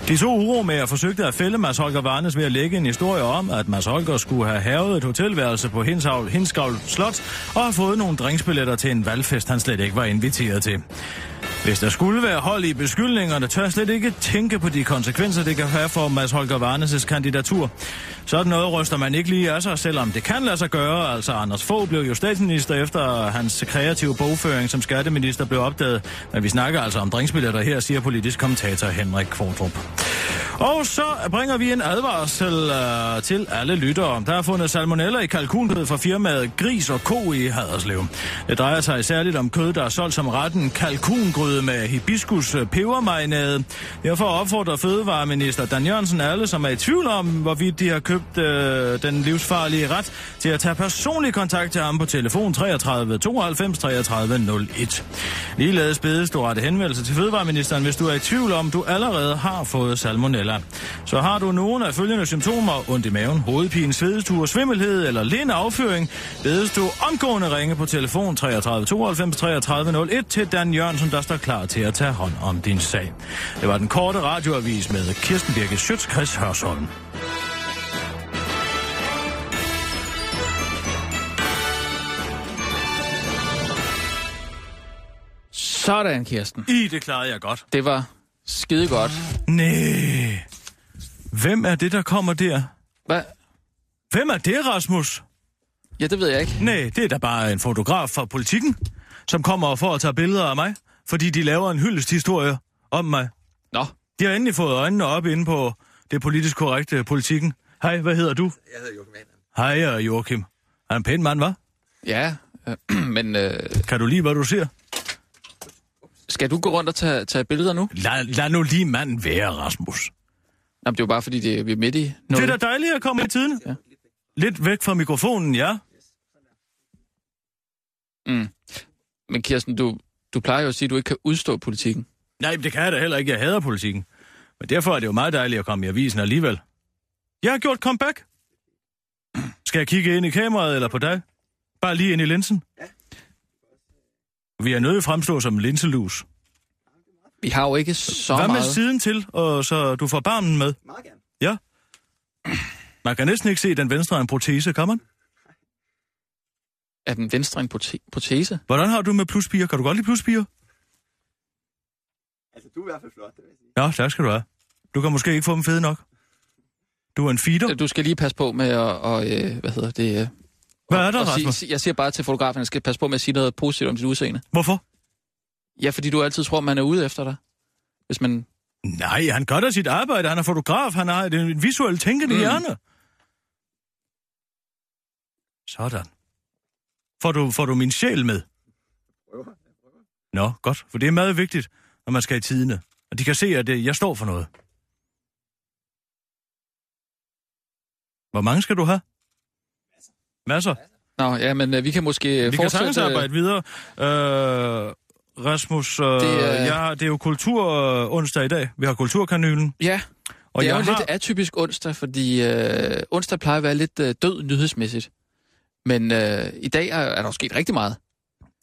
[SPEAKER 4] De to uromager forsøgte at fælde Mads Holger Varnes ved at lægge en historie om, at Mads Holger skulle have havet et hotelværelse på Hinshavl, Hinskavl Slot og have fået nogle drinksbilletter til en valgfest, han slet ikke var inviteret til. Hvis der skulle være hold i beskyldningerne, tør jeg slet ikke tænke på de konsekvenser, det kan have for Mads Holger Varnes' kandidatur. Sådan noget ryster man ikke lige af sig, selvom det kan lade sig gøre. Altså, Anders Fogh blev jo statsminister efter hans kreative bogføring som skatteminister blev opdaget. Men vi snakker altså om drinksbilletter her, siger politisk kommentator Henrik Kvartrup. Og så bringer vi en advarsel øh, til alle lyttere. Der er fundet salmonella i kalkunkød fra firmaet Gris og Ko i Haderslev. Det drejer sig særligt om kød, der er solgt som retten kalkungryde med hibiskus øh, pebermarinade. Derfor opfordrer fødevareminister Dan Jørgensen alle, som er i tvivl om, hvorvidt de har købt øh, den livsfarlige ret, til at tage personlig kontakt til ham på telefon 33 92 33 01. Ligeledes bedes du rette henvendelse til fødevareministeren, hvis du er i tvivl om, du allerede har fået salmonella. Så har du nogen af følgende symptomer, ondt i maven, hovedpine, svedestue, svimmelhed eller lind afføring, bedes du omgående ringe på telefon 33 92 33 01 til Dan Jørgensen, der står klar til at tage hånd om din sag. Det var den korte radioavis med Kirsten Birke Schøtz, Chris Hørsholm.
[SPEAKER 5] Sådan, Kirsten.
[SPEAKER 4] I, det klarede jeg godt.
[SPEAKER 5] Det var skide godt.
[SPEAKER 4] Næh. Hvem er det, der kommer der?
[SPEAKER 5] Hvad?
[SPEAKER 4] Hvem er det, Rasmus?
[SPEAKER 5] Ja, det ved jeg ikke.
[SPEAKER 4] Nej, det er da bare en fotograf fra politikken, som kommer for at tage billeder af mig, fordi de laver en hyldesthistorie om mig.
[SPEAKER 5] Nå,
[SPEAKER 4] De har endelig fået øjnene op inde på det politisk korrekte politikken. Hej, hvad hedder du?
[SPEAKER 2] Jeg hedder Joachim Mann.
[SPEAKER 4] Hej, jeg er Joachim. Er en pæn mand, hva'?
[SPEAKER 5] ja, øh, men øh,
[SPEAKER 4] Kan du lide, hvad du ser?
[SPEAKER 5] skal du gå rundt og tage, tage billeder nu?
[SPEAKER 4] Lad, lad nu lige manden være, Rasmus.
[SPEAKER 5] Jamen, det er jo bare, fordi det, vi er midt i
[SPEAKER 4] Det er
[SPEAKER 5] noget.
[SPEAKER 4] da dejligt at komme i tiden.
[SPEAKER 5] Ja.
[SPEAKER 4] Lidt væk fra mikrofonen, ja?
[SPEAKER 5] Men Kirsten, du, du plejer jo at sige, at du ikke kan udstå politikken.
[SPEAKER 4] Nej, men det kan jeg da heller ikke. Jeg hader politikken. Men derfor er det jo meget dejligt at komme i avisen alligevel. Jeg har gjort comeback. Skal jeg kigge ind i kameraet eller på dig? Bare lige ind i linsen? Vi er nødt til at fremstå som linselus.
[SPEAKER 5] Vi har jo ikke så
[SPEAKER 4] Hvad med
[SPEAKER 5] meget...
[SPEAKER 4] siden til, og så du får barmen med?
[SPEAKER 2] Meget gerne.
[SPEAKER 4] Ja. Man kan næsten ikke se den venstre er en protese, kan man?
[SPEAKER 5] Er den venstre en prote- protese?
[SPEAKER 4] Hvordan har du med pluspiger? Kan du godt lide pluspiger?
[SPEAKER 2] Altså, du er i hvert fald flot, det vil jeg sige.
[SPEAKER 4] Ja, tak skal du have. Du kan måske ikke få dem fede nok. Du er en feeder.
[SPEAKER 5] Du skal lige passe på med at... Og, øh, hvad hedder det? Øh,
[SPEAKER 4] Hvad er der,
[SPEAKER 5] og sige-
[SPEAKER 4] Rasmus?
[SPEAKER 5] sige- Jeg siger bare til fotografen, at jeg skal passe på med at sige noget positivt om dit udseende.
[SPEAKER 4] Hvorfor?
[SPEAKER 5] Ja, fordi du altid tror, man er ude efter dig. Hvis man...
[SPEAKER 4] Nej, han gør da sit arbejde. Han er fotograf. Han har en visuel tænkende mm.
[SPEAKER 5] Mm.
[SPEAKER 4] hjerne. Sådan. Får du, får du min sjæl med? Nå, godt. For det er meget vigtigt, når man skal i tidene. Og de kan se, at øh, jeg står for noget. Hvor mange skal du have? Masser.
[SPEAKER 5] Nå, ja, men øh, vi kan måske øh,
[SPEAKER 4] Vi kan
[SPEAKER 5] fortsætte...
[SPEAKER 4] sagtens
[SPEAKER 5] øh,
[SPEAKER 4] arbejde videre. Øh, Rasmus, øh, det,
[SPEAKER 5] Det
[SPEAKER 4] er...
[SPEAKER 5] er-
[SPEAKER 4] Jeg, det er jo kultur øh, onsdag i dag. Vi har kulturkanylen.
[SPEAKER 5] Ja,
[SPEAKER 4] Og
[SPEAKER 5] det er
[SPEAKER 4] jeg
[SPEAKER 5] jo
[SPEAKER 4] har...
[SPEAKER 5] har... lidt atypisk onsdag, fordi øh, onsdag plejer at være lidt øh, død nyhedsmæssigt. Men øh, i dag er, er der jo sket rigtig meget.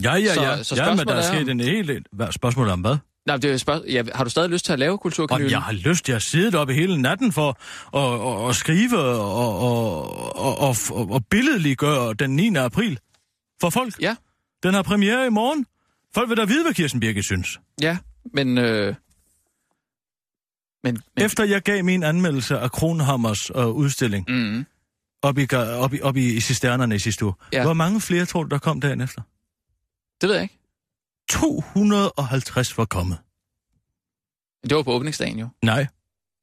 [SPEAKER 4] Ja, ja,
[SPEAKER 5] Så-
[SPEAKER 4] ja.
[SPEAKER 5] så
[SPEAKER 4] ja, men der er
[SPEAKER 5] spørgsmålet er
[SPEAKER 4] sket en
[SPEAKER 5] om-
[SPEAKER 4] hel del... Hvad, spørgsmålet om hvad?
[SPEAKER 5] Nej, men det er jo et spørg... ja, har du stadig lyst til at lave
[SPEAKER 4] Om
[SPEAKER 5] kulturkanylen?
[SPEAKER 4] jeg har lyst, jeg har siddet oppe hele natten for at, at, at skrive og, og, og, og, og billedliggøre den 9. april for folk.
[SPEAKER 5] Ja.
[SPEAKER 4] Den har premiere i morgen. Folk vil da vide, hvad Kirsten Birgit synes.
[SPEAKER 5] Ja, men... Øh... Men, men...
[SPEAKER 4] Efter jeg gav min anmeldelse af Kronhammers øh, udstilling
[SPEAKER 5] Mm,
[SPEAKER 4] op i, ga- op i, op i, i cisternerne i sidste uge,
[SPEAKER 5] Ja.
[SPEAKER 4] hvor mange flere tror du, der kom dagen efter?
[SPEAKER 5] det ved jeg ikke.
[SPEAKER 4] 250 var kommet.
[SPEAKER 5] Det var på åbningsdagen jo.
[SPEAKER 4] Nej,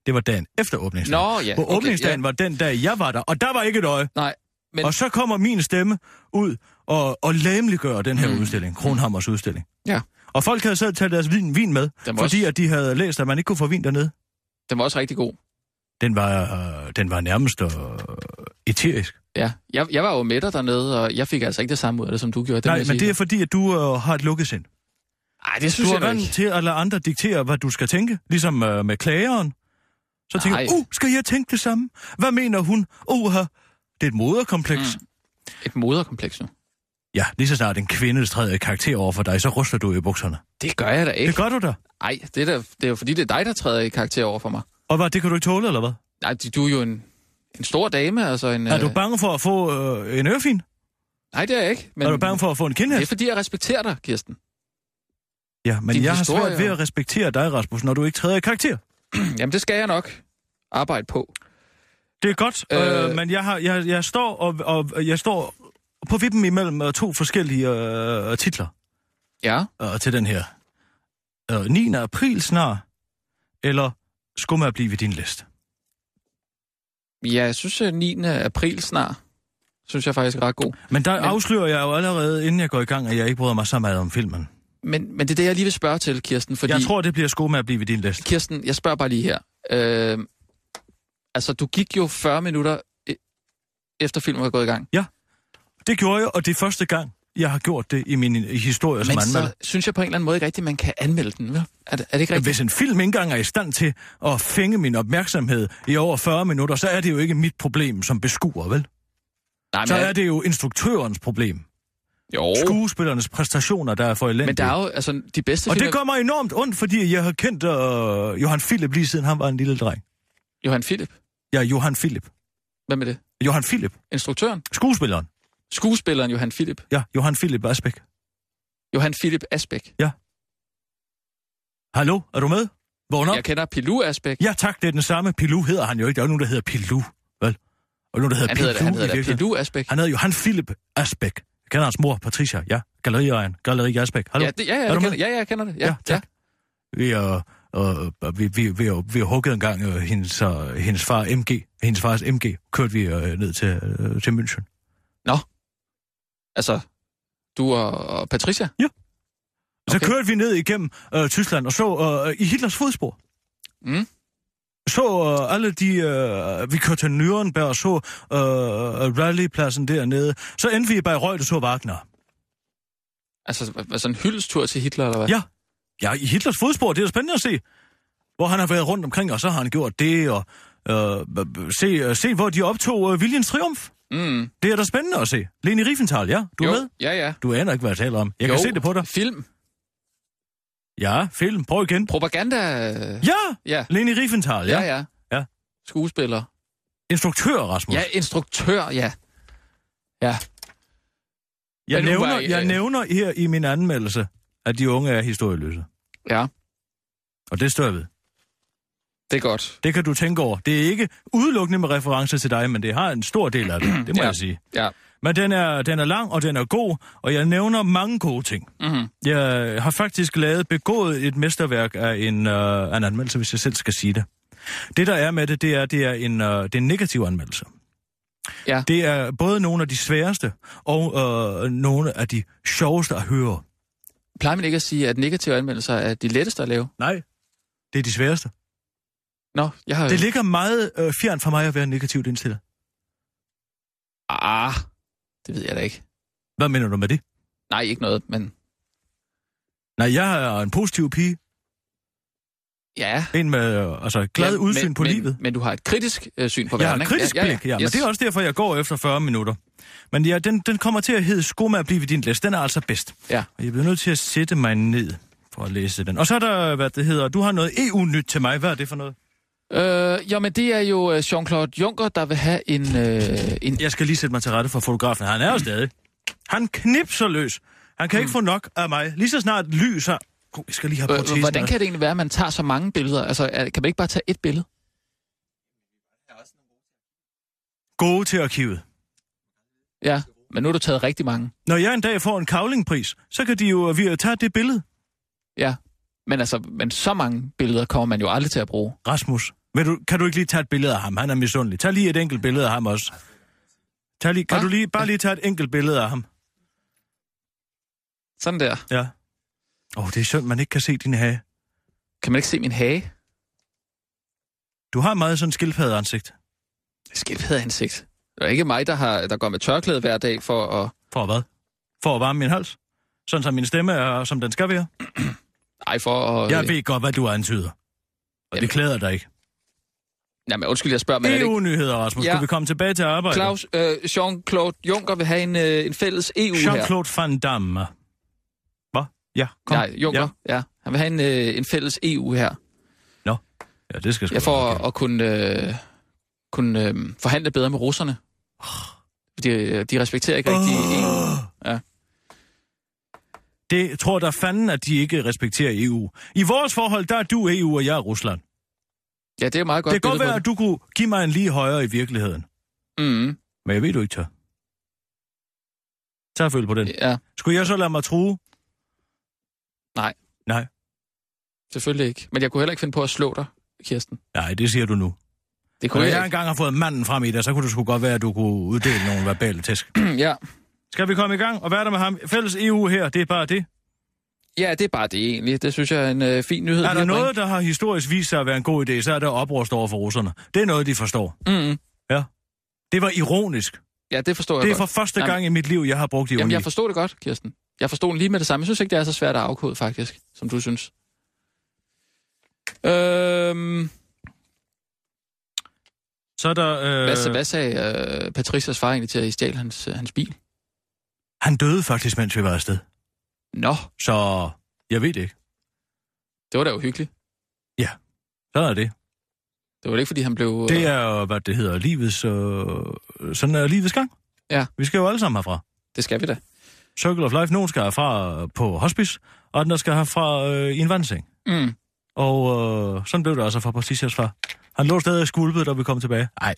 [SPEAKER 4] det var dagen efter åbningsdagen.
[SPEAKER 5] Nå, ja.
[SPEAKER 4] På åbningsdagen
[SPEAKER 5] ja.
[SPEAKER 4] var den dag, jeg var der, og der var ikke et øje.
[SPEAKER 5] Nej,
[SPEAKER 4] Men...
[SPEAKER 5] Men-
[SPEAKER 4] Og så kommer min stemme ud og, og lamliggør den her mm. udstilling, Kronhammers udstilling.
[SPEAKER 5] Ja.
[SPEAKER 4] Og folk havde selv taget deres vin, vin med,
[SPEAKER 5] Den var
[SPEAKER 4] fordi
[SPEAKER 5] også-
[SPEAKER 4] at de havde læst, at man ikke kunne få vin dernede.
[SPEAKER 5] den var også rigtig god.
[SPEAKER 4] Den var, øh, den var nærmest øh, eterisk.
[SPEAKER 5] Ja, jeg, jeg var jo med dig dernede, og jeg fik altså ikke det samme ud af det, som du gjorde. Det
[SPEAKER 4] Nej,
[SPEAKER 5] må jeg
[SPEAKER 4] men
[SPEAKER 5] sige.
[SPEAKER 4] det er fordi, at du øh, har et lukket sind.
[SPEAKER 5] Ej, det
[SPEAKER 4] Du
[SPEAKER 5] synes
[SPEAKER 4] er
[SPEAKER 5] jeg nu
[SPEAKER 4] vant
[SPEAKER 5] ikke.
[SPEAKER 4] til at lade andre diktere, hvad du skal tænke, ligesom øh, med klageren. Så tænker
[SPEAKER 5] Nej.
[SPEAKER 4] du, uh, skal jeg tænke det samme? Hvad mener hun? Uha, det er et moderkompleks. Mm.
[SPEAKER 5] Et moderkompleks nu.
[SPEAKER 4] Ja, lige så snart en kvinde træder i karakter over for dig, så ryster du i bukserne.
[SPEAKER 5] Det gør jeg da ikke.
[SPEAKER 4] Det gør du da.
[SPEAKER 5] Nej, det, er da, det er jo fordi, det er dig, der træder i karakter over for mig.
[SPEAKER 4] Og hvad, det kan du ikke tåle, eller hvad?
[SPEAKER 5] Nej, du er jo en, en stor dame, altså en...
[SPEAKER 4] Er du
[SPEAKER 5] øh,
[SPEAKER 4] bange for at få øh, en ørefin?
[SPEAKER 5] Nej, det er jeg ikke. Men
[SPEAKER 4] Men, er du bange for at få en
[SPEAKER 5] Det er
[SPEAKER 4] kindhæst?
[SPEAKER 5] fordi, jeg respekterer dig, Kirsten.
[SPEAKER 4] Ja, men
[SPEAKER 5] din
[SPEAKER 4] jeg har
[SPEAKER 5] historie
[SPEAKER 4] svært ved
[SPEAKER 5] og-
[SPEAKER 4] at respektere dig, Rasmus, når du ikke træder i karakter.
[SPEAKER 5] Jamen, det skal jeg nok arbejde på.
[SPEAKER 4] Det er godt, øh...
[SPEAKER 5] Øh.
[SPEAKER 4] Øh, men jeg, har, jeg, jeg, står og, og, jeg står på vippen imellem øh, to forskellige øh, titler
[SPEAKER 5] Ja,
[SPEAKER 4] øh, til den her. Øh, 9. april snart, eller skummer at blive ved din liste.
[SPEAKER 5] ja jeg synes, øh, 9. april snart, synes jeg faktisk er ret god.
[SPEAKER 4] Men der men...
[SPEAKER 5] Men-
[SPEAKER 4] afslører jeg jo allerede, inden jeg går i gang, at jeg ikke bryder mig så meget om filmen. Fordi...
[SPEAKER 5] Men, men det er det, jeg lige vil spørge til, Kirsten, fordi...
[SPEAKER 4] Jeg tror, det bliver skummer at blive ved din liste.
[SPEAKER 5] Kirsten, jeg spørger bare lige her. Øh, altså, du gik jo 40 minutter e- efter filmen var gået i gang.
[SPEAKER 4] Det gjorde jeg, og det er første gang, jeg har gjort det i min i historie som
[SPEAKER 5] Men
[SPEAKER 4] anmelder.
[SPEAKER 5] så synes jeg på en eller anden måde ikke rigtigt, man kan anmelde den, vel? Er det, er det ikke
[SPEAKER 4] Men
[SPEAKER 5] rigtigt?
[SPEAKER 4] Hvis en film ikke engang er i stand til at fænge min opmærksomhed i over 40 minutter, så er det jo ikke mit problem som beskuer, vel?
[SPEAKER 5] Nej, men,
[SPEAKER 4] Så er det jo instruktørens problem.
[SPEAKER 5] Jo,
[SPEAKER 4] Skuespillernes præstationer, der er for elendige.
[SPEAKER 5] men der er jo altså, de bedste
[SPEAKER 4] Og
[SPEAKER 5] film...
[SPEAKER 4] det gør mig enormt ondt, fordi jeg har kendt øh, Johan Philip lige siden han var en lille dreng.
[SPEAKER 5] Johan Philip.
[SPEAKER 4] Ja, Johan Philip.
[SPEAKER 5] Hvem er det?
[SPEAKER 4] Johan Philip.
[SPEAKER 5] Instruktøren?
[SPEAKER 4] Skuespilleren.
[SPEAKER 5] Skuespilleren Johan Philip.
[SPEAKER 4] Ja, Johan Philip Asbæk.
[SPEAKER 5] Johan Philip Asbæk.
[SPEAKER 4] Hallo, er du med? Vågn op.
[SPEAKER 5] Jeg kender Pilu Asbæk.
[SPEAKER 4] Ja tak, det er den samme. Pilu hedder han jo ikke. Der er jo nogen, der hedder Pilu, vel? Og nogen, der hedder
[SPEAKER 5] Han
[SPEAKER 4] Pilu
[SPEAKER 5] hedder, det,
[SPEAKER 4] i
[SPEAKER 5] han hedder det.
[SPEAKER 4] virkeligheden.
[SPEAKER 5] Pilu Asbæk.
[SPEAKER 4] Han hedder Johan Philip Asbæk. Jeg kender hans mor, Patricia. Ja, galleriejen. Galleri Asbæk. Hallo.
[SPEAKER 5] Ja, det, ja, ja,
[SPEAKER 4] Er
[SPEAKER 5] jeg
[SPEAKER 4] du
[SPEAKER 5] kender,
[SPEAKER 4] med?
[SPEAKER 5] ja, ja, jeg kender det. Ja,
[SPEAKER 4] Ja,
[SPEAKER 5] ja,
[SPEAKER 4] tak. Vi er... Og vi, vi, vi, vi, vi har hugget en gang øh, hendes, øh, hendes far MG, hendes fars MG, kørte vi øh, ned til, øh, til München.
[SPEAKER 5] Altså, du og, og Patricia?
[SPEAKER 4] Så
[SPEAKER 5] Okay.
[SPEAKER 4] kørte vi ned igennem øh, Tyskland og så øh, i Hitlers fodspor.
[SPEAKER 5] Mm.
[SPEAKER 4] Så øh, alle de... Øh, vi kørte til Nürnberg og så øh, rallypladsen dernede. Så endte vi i Bayreuth og så Wagner.
[SPEAKER 5] Altså, hvad- sådan en hyldestur til Hitler, eller hvad?
[SPEAKER 4] Ja. Ja, i Hitlers fodspor, det er spændende at se. Hvor han har været rundt omkring, og så har han gjort det, og øh, b- b- se, øh, se, hvor de optog øh, Viljens Triumf.
[SPEAKER 5] Mm.
[SPEAKER 4] Det er da spændende at se. Leni Riefenthal, ja, du
[SPEAKER 5] jo,
[SPEAKER 4] er med.
[SPEAKER 5] Ja, ja.
[SPEAKER 4] Du aner ikke, hvad jeg taler om. Jeg
[SPEAKER 5] jo,
[SPEAKER 4] kan se det på dig.
[SPEAKER 5] Film.
[SPEAKER 4] Ja, film, prøv igen.
[SPEAKER 5] Propaganda.
[SPEAKER 4] Ja,
[SPEAKER 5] Ja.
[SPEAKER 4] Leni Riefenthal, ja.
[SPEAKER 5] Ja,
[SPEAKER 4] ja, ja.
[SPEAKER 5] ja.
[SPEAKER 4] Ja.
[SPEAKER 5] Skuespiller.
[SPEAKER 4] Instruktør, Rasmus.
[SPEAKER 5] Ja, instruktør, ja. Ja.
[SPEAKER 4] jeg,
[SPEAKER 5] men nu var
[SPEAKER 4] nævner,
[SPEAKER 5] jeg-
[SPEAKER 4] jeg nævner her i min anmeldelse, at de unge er historieløse.
[SPEAKER 5] Ja,
[SPEAKER 4] Og det står jeg ved.
[SPEAKER 5] det er godt.
[SPEAKER 4] Det kan du tænke over. Det er ikke udelukkende med reference til dig, men det har en stor del af det. Det må ja.
[SPEAKER 5] Ja.
[SPEAKER 4] jeg sige.
[SPEAKER 5] Ja.
[SPEAKER 4] Men den er, den er lang, og den er god, og jeg nævner mange gode ting.
[SPEAKER 5] Mm-hmm.
[SPEAKER 4] Jeg har faktisk lavet begået et mesterværk af en, øh, en anmeldelse, hvis jeg selv skal sige det. Det, der er med det, det er, det er en, øh, det er en negativ anmeldelse.
[SPEAKER 5] Ja.
[SPEAKER 4] Det er både nogle af de sværeste, og øh, nogle af de sjoveste at høre.
[SPEAKER 5] Plejer man ikke at sige, at negative anmeldelser er de letteste at lave?
[SPEAKER 4] Nej, det er de sværeste.
[SPEAKER 5] Nå, jeg har...
[SPEAKER 4] Det ligger meget øh, fjern for mig at være negativt indstillet.
[SPEAKER 5] Ah, det ved jeg da ikke.
[SPEAKER 4] Hvad mener du med det?
[SPEAKER 5] Nej, ikke noget, men
[SPEAKER 4] Nej, jeg er en positiv pige.
[SPEAKER 5] ja.
[SPEAKER 4] En med øh, altså, glad
[SPEAKER 5] ja,
[SPEAKER 4] ja, udsyn
[SPEAKER 5] men,
[SPEAKER 4] på
[SPEAKER 5] men,
[SPEAKER 4] livet.
[SPEAKER 5] Men du har et kritisk øh, syn på
[SPEAKER 4] Jeg har
[SPEAKER 5] verden,
[SPEAKER 4] et kritisk blik, ja, ja, ja. men
[SPEAKER 5] yes.
[SPEAKER 4] det er også derfor, jeg går efter 40 minutter. Men ja, den, den kommer til at hedde Skum at blive ved din læs. Den er altså bedst.
[SPEAKER 5] Ja.
[SPEAKER 4] Og jeg bliver nødt til at sætte mig ned for at læse den. Og så er der, hvad det hedder, du har noget EU-nyt til mig. Hvad er det for noget?
[SPEAKER 5] Øh, jo, men det er jo øh, Jean-Claude Juncker, der vil have en... Øh, en
[SPEAKER 4] Jeg skal lige sætte mig til rette for fotografen. Han er jo stadig. Han knipser løs. Han kan
[SPEAKER 5] Hmm.
[SPEAKER 4] ikke få nok af mig. Lige så snart lyser... Oh, jeg skal lige have protesen.
[SPEAKER 5] øh, hvordan kan det egentlig være, at man tager så mange billeder? Altså, er, kan man ikke bare tage et billede?
[SPEAKER 4] Gode til arkivet.
[SPEAKER 5] Ja, men nu har du taget rigtig mange.
[SPEAKER 4] Når jeg en dag får en kavlingpris, så kan de jo øh, vi tage det billede.
[SPEAKER 5] Ja, men altså, men så mange billeder kommer man jo aldrig til at bruge.
[SPEAKER 4] Rasmus, vil du, kan du ikke lige tage et billede af ham? Han er misundelig. Tag lige et enkelt billede af ham også. Tag lige, kan
[SPEAKER 5] Hva?
[SPEAKER 4] du lige, bare lige tage et enkelt billede af ham?
[SPEAKER 5] Sådan der.
[SPEAKER 4] Ja. Åh, oh, det er synd, man ikke kan se din hage.
[SPEAKER 5] Kan man ikke se min hage?
[SPEAKER 4] Du har meget sådan skildpaddeansigt.
[SPEAKER 5] Skildpadde ansigt. Det er ikke mig, der, har, der går med tørklæde hver dag for at...
[SPEAKER 4] For hvad? For at varme min hals. Sådan som min stemme er, som den skal være.
[SPEAKER 5] Ej, for at...
[SPEAKER 4] Jeg ved godt, hvad du antyder. Og
[SPEAKER 5] Jamen.
[SPEAKER 4] det klæder dig ikke.
[SPEAKER 5] Jamen, undskyld, jeg spørger, men er det ikke...
[SPEAKER 4] EU-nyheder, Rasmus.
[SPEAKER 5] Ja.
[SPEAKER 4] Ja. Skal vi komme tilbage til arbejdet?
[SPEAKER 5] Claus, øh, Jean-Claude Juncker vil have en, øh, en fælles EU her.
[SPEAKER 4] Jean-Claude Van Damme. Hvad? Ja, kom.
[SPEAKER 5] Nej, Juncker, ja. ja. Han vil have en, øh, en fælles EU her.
[SPEAKER 4] Ja, det skal sgu
[SPEAKER 5] Ja, for
[SPEAKER 4] være.
[SPEAKER 5] at, at kunne, øh, kunne øh, forhandle bedre med russerne. De, de respekterer ikke rigtig E EU.
[SPEAKER 4] Åh.
[SPEAKER 5] Ja.
[SPEAKER 4] Det tror der fanden, at de ikke respekterer EU. I vores forhold, der er du EU, og jeg er Rusland.
[SPEAKER 5] Ja, det er meget godt.
[SPEAKER 4] det kan godt
[SPEAKER 5] billede
[SPEAKER 4] være, at du kunne give mig en lige højere i virkeligheden.
[SPEAKER 5] på det. Mhm,
[SPEAKER 4] Men jeg ved, du ikke tør. Tag følge på den.
[SPEAKER 5] Ja,
[SPEAKER 4] Skulle jeg så lade mig true?
[SPEAKER 5] Nej.
[SPEAKER 4] Nej.
[SPEAKER 5] selvfølgelig ikke. Men jeg kunne heller ikke finde på at slå dig, Kirsten.
[SPEAKER 4] Nej, det siger du nu.
[SPEAKER 5] Det
[SPEAKER 4] Når
[SPEAKER 5] kunne
[SPEAKER 4] jeg
[SPEAKER 5] jeg
[SPEAKER 4] engang har fået manden frem i dig, så kunne det sgu godt være, at du kunne uddele nogle verbale tæsk.
[SPEAKER 5] ikke. ja.
[SPEAKER 4] Skal vi komme i gang? Og hvad er der med ham? Fælles EU her, det er bare det.
[SPEAKER 5] ja, det er bare det egentlig. Det synes jeg er en øh, fin
[SPEAKER 4] Er
[SPEAKER 5] nyhed. lige
[SPEAKER 4] der
[SPEAKER 5] at bringe.
[SPEAKER 4] noget, der har historisk vist sig at være en god idé, så er der oprust over for russerne. Det er noget, de forstår.
[SPEAKER 5] Mhm.
[SPEAKER 4] Det var ironisk.
[SPEAKER 5] Ja, det forstår jeg
[SPEAKER 4] Det er
[SPEAKER 5] godt.
[SPEAKER 4] for første
[SPEAKER 5] Jamen-
[SPEAKER 4] gang i mit liv, jeg har brugt ironi.
[SPEAKER 5] Jamen, jeg forstod det godt, Kirsten. Jeg forstod den lige med det samme. Jeg synes ikke, det er så svært at afkode, faktisk, som du synes. Øhm,
[SPEAKER 4] Så er der... Øh,
[SPEAKER 5] hvad, hvad sagde øh, Patricias far egentlig til, at I stjal hans, øh, hans bil?
[SPEAKER 4] Han døde faktisk, mens vi var afsted.
[SPEAKER 5] Nå,
[SPEAKER 4] Så jeg ved det ikke.
[SPEAKER 5] det var da uhyggeligt.
[SPEAKER 4] Sådan er det.
[SPEAKER 5] Det var da ikke, fordi han blev... Øh,
[SPEAKER 4] Det er jo, hvad det hedder, livets... Øh, sådan er livets gang.
[SPEAKER 5] Ja.
[SPEAKER 4] Vi skal jo alle sammen herfra.
[SPEAKER 5] det skal vi da.
[SPEAKER 4] Circle of Life, nogen skal herfra på hospice, og den der skal herfra øh, i en vandseng.
[SPEAKER 5] Mm.
[SPEAKER 4] Og øh, sådan blev det altså fra Patricias far. Han lå stadig skulpet, da vi kom tilbage. Ej.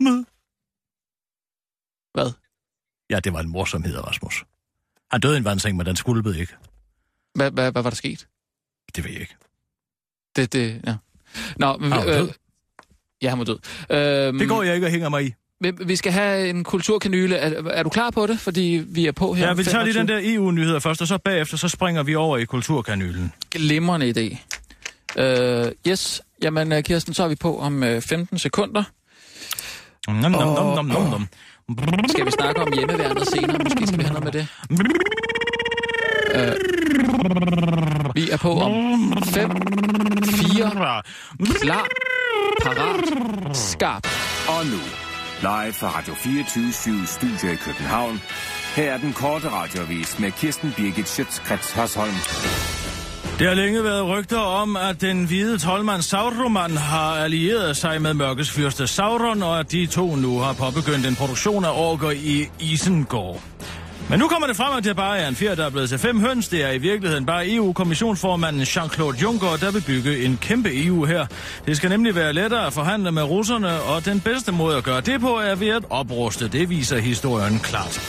[SPEAKER 4] Mød.
[SPEAKER 5] Hvad?
[SPEAKER 4] Ja, det var en morsomhed, Rasmus. Han døde i en vandseng, men den skulpede ikke.
[SPEAKER 5] Hvad, hvad, hvad var der sket?
[SPEAKER 4] Det ved jeg ikke.
[SPEAKER 5] Det, det, ja. Nå, men...
[SPEAKER 4] Er
[SPEAKER 5] øh,
[SPEAKER 4] han død?
[SPEAKER 5] ja, han var død. Øhm,
[SPEAKER 4] Det går jeg ikke og hænger mig i.
[SPEAKER 5] vi, vi skal have en kulturkanyle. Er, er du klar på det? Fordi vi er på her.
[SPEAKER 4] Ja,
[SPEAKER 5] om
[SPEAKER 4] vi tager lige
[SPEAKER 5] 25.
[SPEAKER 4] den der EU-nyheder først, og så bagefter, så springer vi over i kulturkanylen.
[SPEAKER 5] glimrende idé. Øh, yes, jamen øh, Kirsten, så er vi på om øh, 15 sekunder.
[SPEAKER 4] Nom, nom, nom, nom, nom, nom.
[SPEAKER 5] Skal vi snakke om hjemmeværnet senere? Måske skal vi have noget med det. Øh, vi er på om 5, 4, klar, parat, skarp.
[SPEAKER 6] Og nu, live fra Radio 24 Studio i København. Her er den korte radiovis med Kirsten Birgit Schøtzgrads Hasholm.
[SPEAKER 4] Det har længe været rygter om, at den hvide tolvmand Sauroman har allieret sig med mørkets fyrste Sauron, og at de to nu har påbegyndt en produktion af orker i Isengård. Men nu kommer det frem, at det bare er en fjer, der er blevet til fem høns. Det er i virkeligheden bare EU-kommissionsformanden Jean-Claude Juncker, der vil bygge en kæmpe EU her. Det skal nemlig være lettere at forhandle med russerne, og den bedste måde at gøre det på er ved at opruste. Det viser historien klart.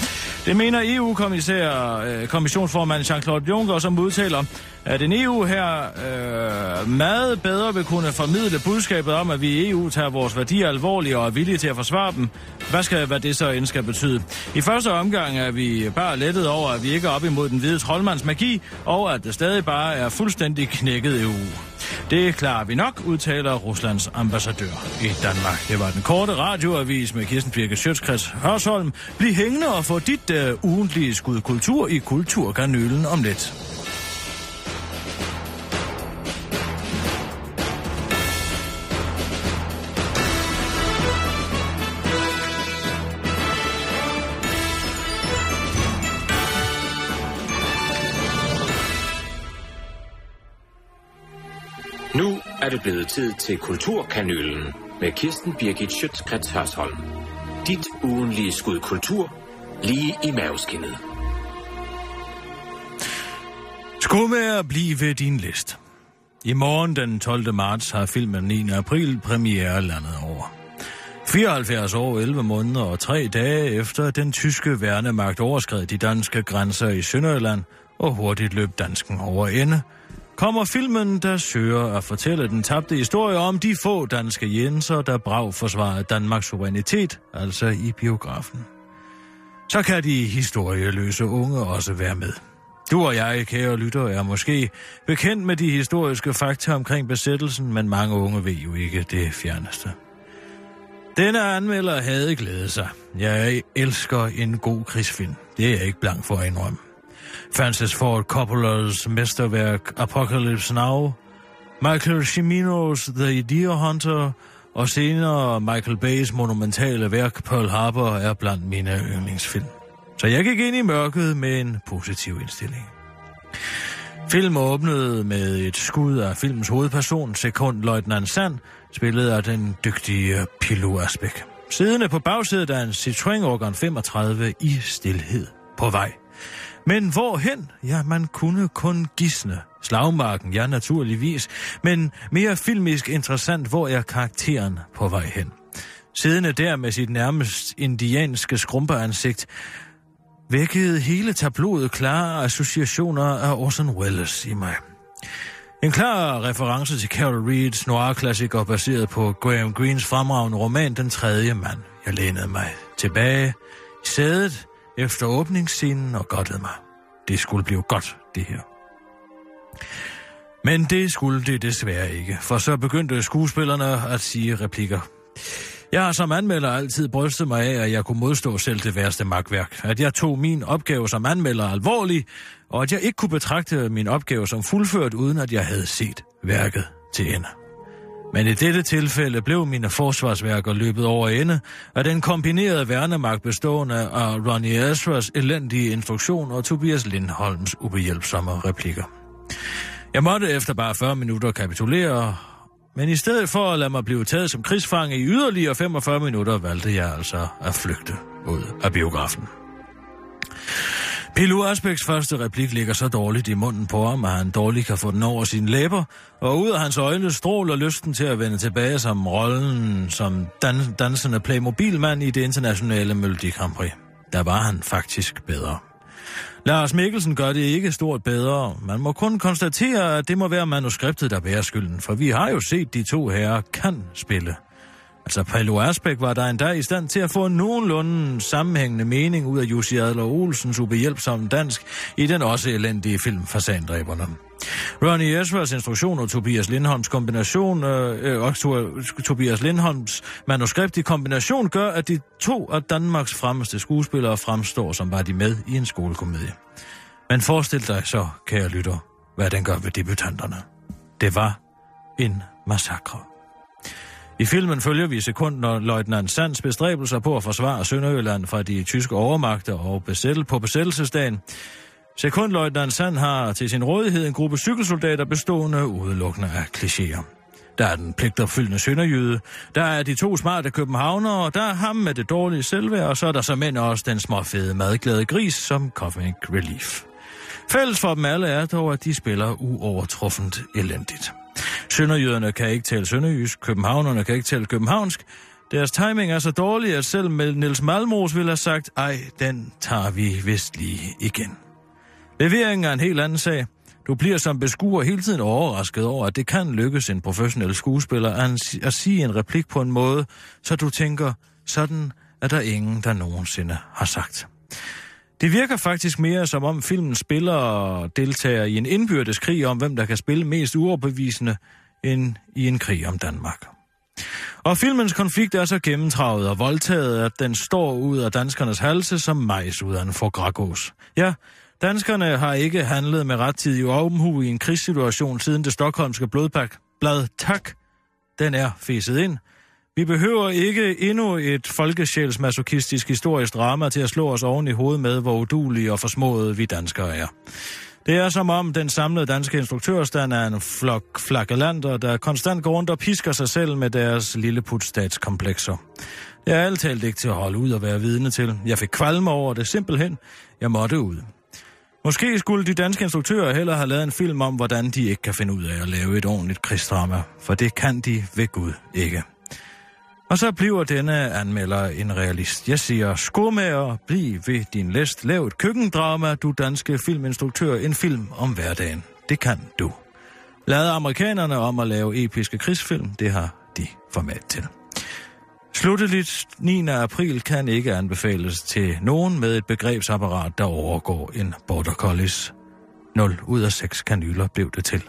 [SPEAKER 4] Det mener EU-kommissær, øh, kommissionsformand Jean-Claude Juncker, som udtaler, at en EU her øh, meget bedre vil kunne formidle budskabet om, at vi i EU tager vores værdier alvorligt og er villige til at forsvare dem. Hvad, skal, hvad det så end skal betyde. I første omgang er vi bare lettet over, at vi ikke er op imod den hvide troldmands magi, og at det stadig bare er fuldstændig knækket E EU. Det klarer vi nok, udtaler Ruslands ambassadør i Danmark. Det var den korte radioavis med Kirsten Birke Sjøtskrets Hørsholm. Bliv hængende og få dit uh, ugentlige skud kultur i Kulturkanølen om lidt.
[SPEAKER 7] Nu er det blevet tid til Kulturkanølen med Kirsten Birgit Schøtzgrads Hasholm. Dit ugenlige skud kultur lige i maveskinnet.
[SPEAKER 4] Skud med at blive ved din list. I morgen den 12. marts har filmen 9. april premiere landet over. 74 år, 11 måneder og 3 dage efter den tyske værnemagt overskred de danske grænser i Sønderjylland og hurtigt løb dansken over ende, kommer filmen, der søger at fortælle den tabte historie om de få danske jenser, der brav forsvarede Danmarks suverænitet, altså i biografen. Så kan de historieløse unge også være med. Du og jeg, kære lytter, er måske bekendt med de historiske fakta omkring besættelsen, men mange unge ved jo ikke det fjerneste. Denne anmelder havde glædet sig. Jeg elsker en god krigsfilm. Det er jeg ikke blank for at indrømme. Francis Ford Coppola's mesterværk Apocalypse Now, Michael Ciminos The Deer Hunter og senere Michael Bay's monumentale værk Pearl Harbor er blandt mine yndlingsfilm. Så jeg gik ind i mørket med en positiv indstilling. Film åbnede med et skud af filmens hovedperson, sekundløjtnant Sand, spillet af den dygtige Pilo Asbæk. Siddende på bagsædet af en Citroën Organ 35 i stilhed på vej. Men hvorhen? Ja, man kunne kun gisne. Slagmarken, ja naturligvis, men mere filmisk interessant, hvor er karakteren på vej hen? Siddende der med sit nærmest indianske skrumpeansigt, vækkede hele tabloet klare associationer af Orson Welles i mig. En klar reference til Carol Reeds noir-klassiker baseret på Graham Greens fremragende roman Den tredje mand. Jeg lænede mig tilbage i sædet efter åbningsscenen og godtede mig. Det skulle blive godt, det her. Men det skulle det desværre ikke, for så begyndte skuespillerne at sige replikker. Jeg har som anmelder altid brystet mig af, at jeg kunne modstå selv det værste magtværk. At jeg tog min opgave som anmelder alvorlig, og at jeg ikke kunne betragte min opgave som fuldført, uden at jeg havde set værket til ende. Men i dette tilfælde blev mine forsvarsværker løbet over ende, og den kombinerede værnemagt bestående af Ronnie Ezras elendige instruktion og Tobias Lindholms ubehjælpsomme replikker. Jeg måtte efter bare 40 minutter kapitulere, men i stedet for at lade mig blive taget som krigsfange i yderligere 45 minutter, valgte jeg altså at flygte ud af biografen. Pilu Asbæks første replik ligger så dårligt i munden på ham, at han dårligt kan få den over sine læber, og ud af hans øjne stråler lysten til at vende tilbage som rollen som dan- dansende playmobilmand i det internationale Melodi Grand Prix. Der var han faktisk bedre. Lars Mikkelsen gør det ikke stort bedre. Man må kun konstatere, at det må være manuskriptet, der bærer skylden, for vi har jo set, de to herrer kan spille. Altså, Paolo Asbæk var der endda i stand til at få nogenlunde sammenhængende mening ud af Jussi Adler Olsens ubehjælpsomme dansk i den også elendige film Fasandræberne. Ronnie Esvers instruktion og Tobias Lindholms kombination, øh, øh, og To- Tobias Lindholms manuskript i kombination gør, at de to af Danmarks fremmeste skuespillere fremstår, som var de med i en skolekomedie. Men forestil dig så, kære lytter, hvad den gør ved debutanterne. Det var en massakre. I filmen følger vi sekunder løjtnant Sands bestræbelser på at forsvare Sønderjylland fra de tyske overmagter og besættel på besættelsesdagen. Sekundløjtnant Sand har til sin rådighed en gruppe cykelsoldater bestående udelukkende af klichéer. Der er den pligtopfyldende sønderjyde, der er de to smarte københavnere, der er ham med det dårlige selvværd, og så er der som end også den småfede madglade gris som Covent Relief. Fælles for dem alle er dog, at de spiller uovertruffent elendigt. Sønderjyderne kan ikke tale sønderjysk, københavnerne kan ikke tale københavnsk. Deres timing er så dårlig, at selv med Niels Malmros ville have sagt, ej, den tager vi vist lige igen. Leveringen er en helt anden sag. Du bliver som beskuer hele tiden overrasket over, at det kan lykkes en professionel skuespiller at si- at sige en replik på en måde, så du tænker, sådan er der ingen, der nogensinde har sagt. Det virker faktisk mere som om filmen spiller og deltager i en indbyrdes krig om, hvem der kan spille mest uoverbevisende, end i en krig om Danmark. Og filmens konflikt er så gennemtravet og voldtaget, at den står ud af danskernes halse som majs uden for grækos. Ja, danskerne har ikke handlet med rettidig omhu i en krigssituation siden det stokholmske blodpak. Blad tak, den er fæset ind. Vi behøver ikke endnu et folkesjælsmasochistisk historisk drama til at slå os oven i hovedet med, hvor udulige og forsmåede vi danskere er. Det er som om den samlede danske instruktørstand er en flok flakelanter, der konstant går rundt og pisker sig selv med deres lilleputstatskomplekser. Jeg er alt talt ikke til at holde ud og være vidne til. Jeg fik kvalme over det simpelthen. Jeg måtte ud. Måske skulle de danske instruktører heller have lavet en film om, hvordan de ikke kan finde ud af at lave et ordentligt krigsdrama, for det kan de ved Gud ikke. Og så bliver denne anmelder en realist. Jeg siger, skomager, bliv ved din læst. Lav et køkkendrama, du danske filminstruktør. En film om hverdagen. Det kan du. Lad amerikanerne om at lave episke krigsfilm. Det har de format til. Slutteligt 9. april kan ikke anbefales til nogen med et begrebsapparat, der overgår en border collies. 0 ud af 6 kanyler blev det til.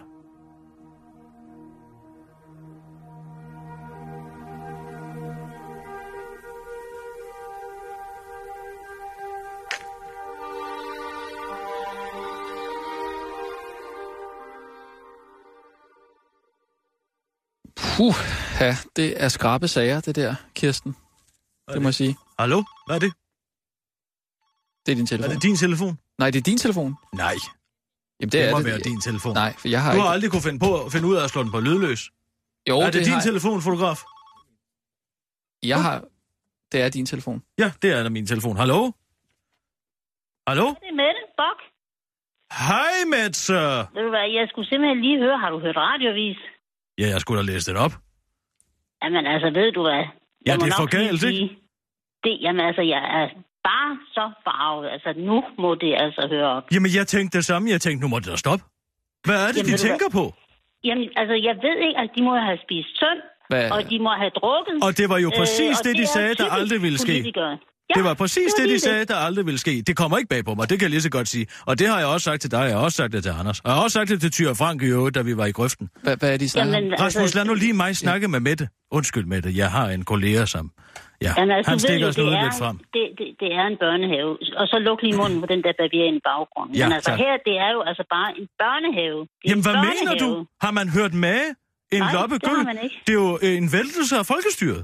[SPEAKER 5] Puh, ja, det er skrabe sager, det der, Kirsten. Det må jeg sige.
[SPEAKER 4] Hallo? Hvad er det?
[SPEAKER 5] Det er din
[SPEAKER 4] Er
[SPEAKER 5] telefon.
[SPEAKER 4] det din telefon?
[SPEAKER 5] Nej, det er din telefon.
[SPEAKER 4] Nej, det,
[SPEAKER 5] Jamen,
[SPEAKER 4] det
[SPEAKER 5] er
[SPEAKER 4] må
[SPEAKER 5] det.
[SPEAKER 4] være din telefon.
[SPEAKER 5] Nej, for jeg har
[SPEAKER 4] Du
[SPEAKER 5] ikke...
[SPEAKER 4] har aldrig kunne finde, på, finde ud af at slå den på lydløs.
[SPEAKER 5] Jo,
[SPEAKER 4] er det,
[SPEAKER 5] har
[SPEAKER 4] din
[SPEAKER 5] jeg.
[SPEAKER 4] telefonfotograf?
[SPEAKER 5] Jeg har... Det er din telefon.
[SPEAKER 4] Ja, det er da min telefon. Hallo? Hallo?
[SPEAKER 8] Det er Mette Bok.
[SPEAKER 4] Hej, Metse!
[SPEAKER 8] Ved du hvad, jeg skulle simpelthen lige høre, har du hørt radiovis?
[SPEAKER 4] Ja, jeg skulle da læse den op.
[SPEAKER 8] Jamen altså, ved du hvad? Jeg
[SPEAKER 4] Ja,
[SPEAKER 8] må
[SPEAKER 4] det er
[SPEAKER 8] nok
[SPEAKER 4] for
[SPEAKER 8] lige
[SPEAKER 4] galt, ikke?
[SPEAKER 8] sige, Det, jamen altså, jeg er bare så farvet. Altså, nu må det altså høre op.
[SPEAKER 4] Jamen, jeg tænkte det samme. Jeg tænkte, nu må det da stoppe. Hvad er det,
[SPEAKER 8] Jamen,
[SPEAKER 4] de
[SPEAKER 8] ved du
[SPEAKER 4] tænker på?
[SPEAKER 8] Jamen, altså, jeg ved ikke, at de må have spist søn,
[SPEAKER 5] Hvad?
[SPEAKER 8] og de må have drukket. øh,
[SPEAKER 4] Og det var jo præcis
[SPEAKER 8] og
[SPEAKER 4] det, de
[SPEAKER 8] er
[SPEAKER 4] sagde, der
[SPEAKER 8] typisk
[SPEAKER 4] aldrig ville ske.
[SPEAKER 8] politikere. Ja,
[SPEAKER 4] Det var præcis det,
[SPEAKER 8] lige
[SPEAKER 4] de sagde, der aldrig ville ske. Det kommer ikke bag på mig, det kan jeg lige så godt sige. Og det har jeg også sagt til dig, jeg har også sagt det til Anders. Og jeg har også sagt det til Tyre Frank i øvrigt, da vi var i grøften.
[SPEAKER 5] Hvad, hvad er det, I snakker
[SPEAKER 8] Jamen, altså,
[SPEAKER 5] om?
[SPEAKER 4] Rasmus, lad nu lige mig snakke med Mette. Undskyld, Mette, jeg har en kollega, som... Ja,
[SPEAKER 8] Jamen, altså,
[SPEAKER 4] han
[SPEAKER 8] du ved
[SPEAKER 4] stikker
[SPEAKER 8] jo, det
[SPEAKER 4] snudet
[SPEAKER 8] er-
[SPEAKER 4] lidt frem.
[SPEAKER 8] Det, det, det er en børnehave. Og så luk lige munden på den der bavian i baggrunden.
[SPEAKER 4] Ja,
[SPEAKER 8] Men altså,
[SPEAKER 4] tak.
[SPEAKER 8] her, det er jo altså bare en børnehave. Det er
[SPEAKER 4] Jamen,
[SPEAKER 8] en
[SPEAKER 4] hvad mener
[SPEAKER 8] børnehave.
[SPEAKER 4] du? Har man hørt med? En
[SPEAKER 8] Nej,
[SPEAKER 4] loppegøl?
[SPEAKER 8] det har man ikke.
[SPEAKER 4] Det er jo øh, en væltelse af folkestyret.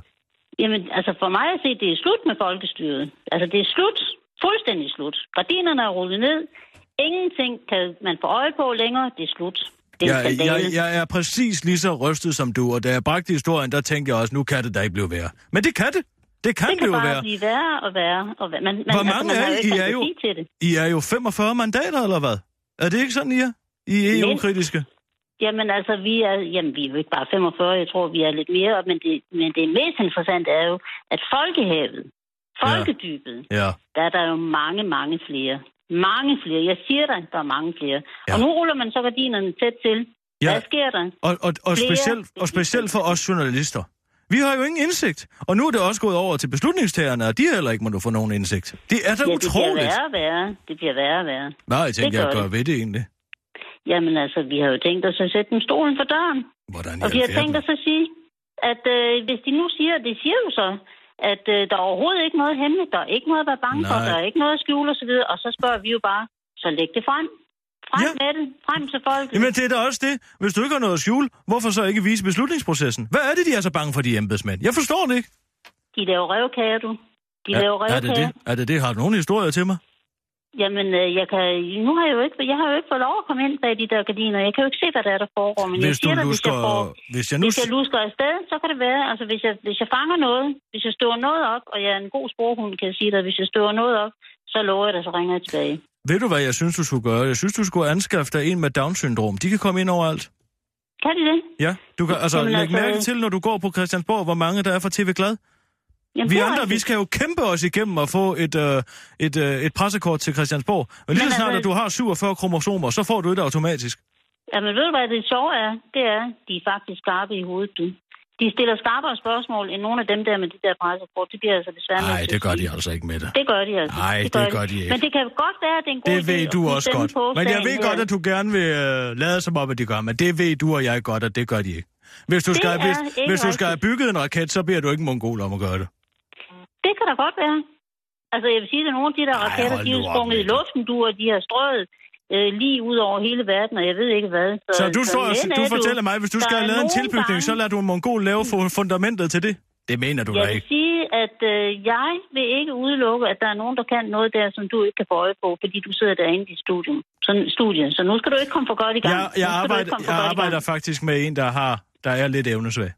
[SPEAKER 8] Jamen, altså for mig at se, det er slut med folkestyret. Altså det er slut. Fuldstændig slut. Gardinerne er rullet ned. Ingenting kan man få øje på længere. Det er slut. Det er en
[SPEAKER 4] Jeg,
[SPEAKER 8] skandale.
[SPEAKER 4] jeg, jeg er præcis lige så rystet som du, og da jeg bragte historien, der tænkte jeg også, nu kan det da ikke blive værre. Men det kan det. Det kan,
[SPEAKER 8] det kan
[SPEAKER 4] blive
[SPEAKER 8] bare
[SPEAKER 4] værre.
[SPEAKER 8] blive værre og værre. Og værre. Man, man,
[SPEAKER 4] Hvor
[SPEAKER 8] altså,
[SPEAKER 4] mange
[SPEAKER 8] man
[SPEAKER 4] er
[SPEAKER 8] har jo
[SPEAKER 4] I?
[SPEAKER 8] ikke
[SPEAKER 4] I er jo,
[SPEAKER 8] fantasi til det.
[SPEAKER 4] I er jo 45 mandater, eller hvad? Er det ikke sådan, I er? I er
[SPEAKER 8] Men-
[SPEAKER 4] EU-kritiske?
[SPEAKER 8] Jamen altså, vi er, jamen, vi er jo ikke bare 45, jeg tror, vi er lidt mere, men det, men det mest interessante er jo, at folkehavet, folkedybet, ja.
[SPEAKER 4] Ja.
[SPEAKER 8] der er der jo mange, mange flere. Mange flere. Jeg siger dig, der er mange flere. Ja. Og
[SPEAKER 4] Ja.
[SPEAKER 8] nu ruller man så gardinerne tæt til. Ja.
[SPEAKER 4] ja.
[SPEAKER 8] Hvad sker der?
[SPEAKER 4] Og, og, og,
[SPEAKER 8] Flere
[SPEAKER 4] specielt, og specielt for os journalister. Vi har jo ingen indsigt. Og nu er det også gået over til beslutningstagerne, og de heller ikke må du få nogen indsigt. Det er da
[SPEAKER 8] Ja, det bliver
[SPEAKER 4] utroligt.
[SPEAKER 8] værre og værre. Det bliver værre og værre.
[SPEAKER 4] Nej, jeg tænker,
[SPEAKER 8] gør
[SPEAKER 4] jeg gør
[SPEAKER 8] det.
[SPEAKER 4] ved det egentlig.
[SPEAKER 8] Jamen altså, vi har jo tænkt os at sætte dem stolen for døren.
[SPEAKER 4] Hvordan i
[SPEAKER 8] Og vi har
[SPEAKER 4] alverden?
[SPEAKER 8] tænkt os at sige, at øh, hvis de nu siger, det siger jo så, at øh, der er overhovedet ikke noget hemmeligt, der er ikke noget at være bange for,
[SPEAKER 4] Nej.
[SPEAKER 8] der er ikke noget at skjule osv., og så spørger vi jo bare, så læg det frem. Frem
[SPEAKER 4] Ja.
[SPEAKER 8] ja. med det. Frem til folk.
[SPEAKER 4] Jamen, det er da også det. Hvis du ikke har noget at skjule, hvorfor så ikke vise beslutningsprocessen? Hvad er det, de er så bange for, de embedsmænd? Jeg forstår det ikke.
[SPEAKER 8] De laver revkager, du. De
[SPEAKER 4] er,
[SPEAKER 8] laver
[SPEAKER 4] er det
[SPEAKER 8] revkager.
[SPEAKER 4] det? Er det det? Har du nogen historier til mig?
[SPEAKER 8] Jamen, øh, jeg, kan, nu har jeg, jo ikke, jeg har jo ikke fået lov at komme ind bag de der gardiner. Jeg kan jo ikke se, hvad der er, der foregår. Men jeg
[SPEAKER 4] Hvis du
[SPEAKER 8] siger dig, hvis jeg får
[SPEAKER 4] lusker... Hvis jeg nu...
[SPEAKER 8] Hvis jeg lusker afsted, så kan det være, altså hvis jeg, hvis jeg fanger noget, hvis jeg støver noget op, og jeg er en god sporhund, kan jeg sige dig, hvis jeg støver noget op, så lover jeg dig, så ringer jeg tilbage.
[SPEAKER 4] Ved du, hvad jeg synes, du skulle gøre? Jeg synes, du skulle anskaffe dig en med Down-syndrom. De kan komme ind overalt.
[SPEAKER 8] Kan de det?
[SPEAKER 4] Ja, du kan altså
[SPEAKER 8] Jamen,
[SPEAKER 4] lægge
[SPEAKER 8] altså-
[SPEAKER 4] mærke til, når du går på Christiansborg, hvor mange der er fra TV Glad.
[SPEAKER 8] Jamen,
[SPEAKER 4] Vi
[SPEAKER 8] det er
[SPEAKER 4] andre, vi
[SPEAKER 8] rigtigt.
[SPEAKER 4] skal jo kæmpe os igennem og få et, øh, et, øh, et pressekort til Christiansborg. Og lige
[SPEAKER 8] Men
[SPEAKER 4] så snart,
[SPEAKER 8] altså-
[SPEAKER 4] at du har 47 kromosomer, så får du et automatisk.
[SPEAKER 8] Jamen, ved du, hvad det sjove er? Det er, de er faktisk skarpe i hovedet, du. De stiller skarpere spørgsmål, end nogle af dem der med de der pressekort. Det bliver altså desværre...
[SPEAKER 4] Nej,
[SPEAKER 8] nødt til
[SPEAKER 4] det
[SPEAKER 8] at
[SPEAKER 4] gør
[SPEAKER 8] sige.
[SPEAKER 4] de altså ikke med det.
[SPEAKER 8] Det gør de altså.
[SPEAKER 4] Nej, det gør de ikke.
[SPEAKER 8] Men det kan godt være, at det er en god
[SPEAKER 4] Det ved
[SPEAKER 8] idé at
[SPEAKER 4] du
[SPEAKER 8] putte
[SPEAKER 4] også
[SPEAKER 8] dem
[SPEAKER 4] godt.
[SPEAKER 8] på
[SPEAKER 4] Men jeg
[SPEAKER 8] sagen
[SPEAKER 4] ved
[SPEAKER 8] her.
[SPEAKER 4] godt, at du gerne vil øh, lade som om, at de gør, men det ved du og jeg godt, at det gør de ikke. Hvis du,
[SPEAKER 8] Det
[SPEAKER 4] skal,
[SPEAKER 8] er
[SPEAKER 4] hvis,
[SPEAKER 8] ikke
[SPEAKER 4] hvis du skal have
[SPEAKER 8] rigtigt.
[SPEAKER 4] bygget en raket, så beder du ikke en mongol om at gøre det.
[SPEAKER 8] Det kan da godt være. Altså, jeg vil sige, at nogle af de der
[SPEAKER 4] Ej,
[SPEAKER 8] raketter,
[SPEAKER 4] hold
[SPEAKER 8] de
[SPEAKER 4] nu
[SPEAKER 8] er
[SPEAKER 4] op
[SPEAKER 8] sprunget
[SPEAKER 4] med
[SPEAKER 8] i
[SPEAKER 4] det.
[SPEAKER 8] luften, du, og de har strøget øh, lige ud over hele verden, og jeg ved ikke hvad.
[SPEAKER 4] Så du, står, og-
[SPEAKER 8] men
[SPEAKER 4] du
[SPEAKER 8] er
[SPEAKER 4] fortæller mig, hvis du
[SPEAKER 8] der
[SPEAKER 4] skal
[SPEAKER 8] er
[SPEAKER 4] have lavet en
[SPEAKER 8] nogle
[SPEAKER 4] tilbygning,
[SPEAKER 8] gange-
[SPEAKER 4] så lader du en mongol lave fu- fundamentet til det? Det mener du da
[SPEAKER 8] Jeg
[SPEAKER 4] ikke.
[SPEAKER 8] vil sige, at øh, jeg vil ikke udelukke, at der er nogen, der kan noget der, som du ikke kan få øje på, fordi du sidder derinde i dit studium. Sådan, studie. Så nu skal du ikke komme for godt i gang.
[SPEAKER 4] Jeg,
[SPEAKER 8] Nu skal
[SPEAKER 4] jeg,
[SPEAKER 8] du ikke
[SPEAKER 4] arbejder,
[SPEAKER 8] komme for
[SPEAKER 4] jeg
[SPEAKER 8] godt i gang.
[SPEAKER 4] arbejder faktisk med en, der har der er lidt evnesvag.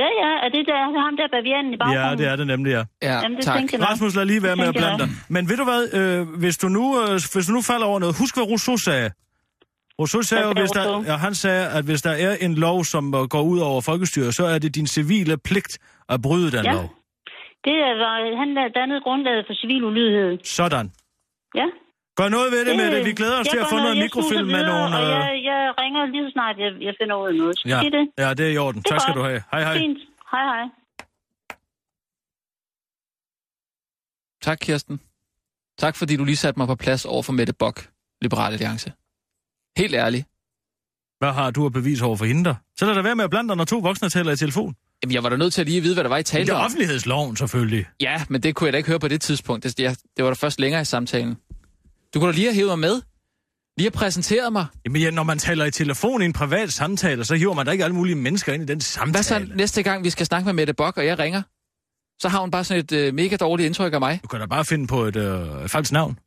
[SPEAKER 8] Ja, ja, er det der, er ham der bavianen i baggrunden?
[SPEAKER 4] Ja, det er det nemlig, ja.
[SPEAKER 5] Ja,
[SPEAKER 8] Jamen, det
[SPEAKER 5] tak.
[SPEAKER 8] tænkte jeg nok.
[SPEAKER 4] Rasmus, lad lige være
[SPEAKER 8] Det
[SPEAKER 4] med at
[SPEAKER 8] tænker
[SPEAKER 4] blande
[SPEAKER 8] jeg
[SPEAKER 4] dig. Men ved du hvad, øh, hvis, du nu, øh, hvis du nu falder over noget, husk hvad Rousseau sagde. Rousseau sagde, jo,
[SPEAKER 8] sagde
[SPEAKER 4] hvis der,
[SPEAKER 8] Rousseau?
[SPEAKER 4] ja, han sagde, at hvis der er en lov, som øh, går ud over folkestyret, så er det din civile pligt at bryde den
[SPEAKER 8] Ja.
[SPEAKER 4] lov.
[SPEAKER 8] Det er, var- han la- dannede grundlaget for civil ulydighed.
[SPEAKER 4] Sådan.
[SPEAKER 8] Ja.
[SPEAKER 4] Gør noget ved det, Mette.
[SPEAKER 8] Øh,
[SPEAKER 4] Vi glæder os
[SPEAKER 8] jeg
[SPEAKER 4] til at
[SPEAKER 8] går
[SPEAKER 4] få
[SPEAKER 8] ned,
[SPEAKER 4] noget
[SPEAKER 8] jeg
[SPEAKER 4] mikrofilm
[SPEAKER 8] snuser
[SPEAKER 4] med
[SPEAKER 8] videre,
[SPEAKER 4] nogle...
[SPEAKER 8] Og
[SPEAKER 4] øh,
[SPEAKER 8] jeg, jeg ringer lige så snart, jeg, jeg finder ud af noget. Skal
[SPEAKER 4] Ja,
[SPEAKER 8] vi det?
[SPEAKER 4] ja, det er i orden.
[SPEAKER 8] Det er
[SPEAKER 4] Tak skal
[SPEAKER 8] godt.
[SPEAKER 4] du have. Hej, hej.
[SPEAKER 8] Fint. Hej, hej.
[SPEAKER 5] Tak, Kirsten. Tak, fordi du lige satte mig på plads over for Mette Bock, Liberal Alliance. Helt ærligt.
[SPEAKER 4] Hvad har du at bevise over for hende der? Så lad da være med at blande dig, når to voksne taler i telefon.
[SPEAKER 5] Jamen, jeg var da nødt til at lige vide, hvad der var, I
[SPEAKER 4] Det
[SPEAKER 5] talte
[SPEAKER 4] er
[SPEAKER 5] om.
[SPEAKER 4] offentlighedsloven, selvfølgelig.
[SPEAKER 5] Ja, men det kunne jeg da ikke høre på det tidspunkt. Det, jeg, det var da først længere i samtalen. Du kunne da lige have hævet mig med. Lige have præsenteret mig.
[SPEAKER 4] Jamen ja, når man taler i telefon i en privat samtale, så hiver man da ikke alle mulige mennesker ind i den samtale.
[SPEAKER 5] Hvad så næste gang, vi skal snakke med Mette Bock, og jeg ringer? Så har hun bare sådan et øh, mega dårligt indtryk af mig.
[SPEAKER 4] Du kan da bare finde på et, øh, et falsk navn.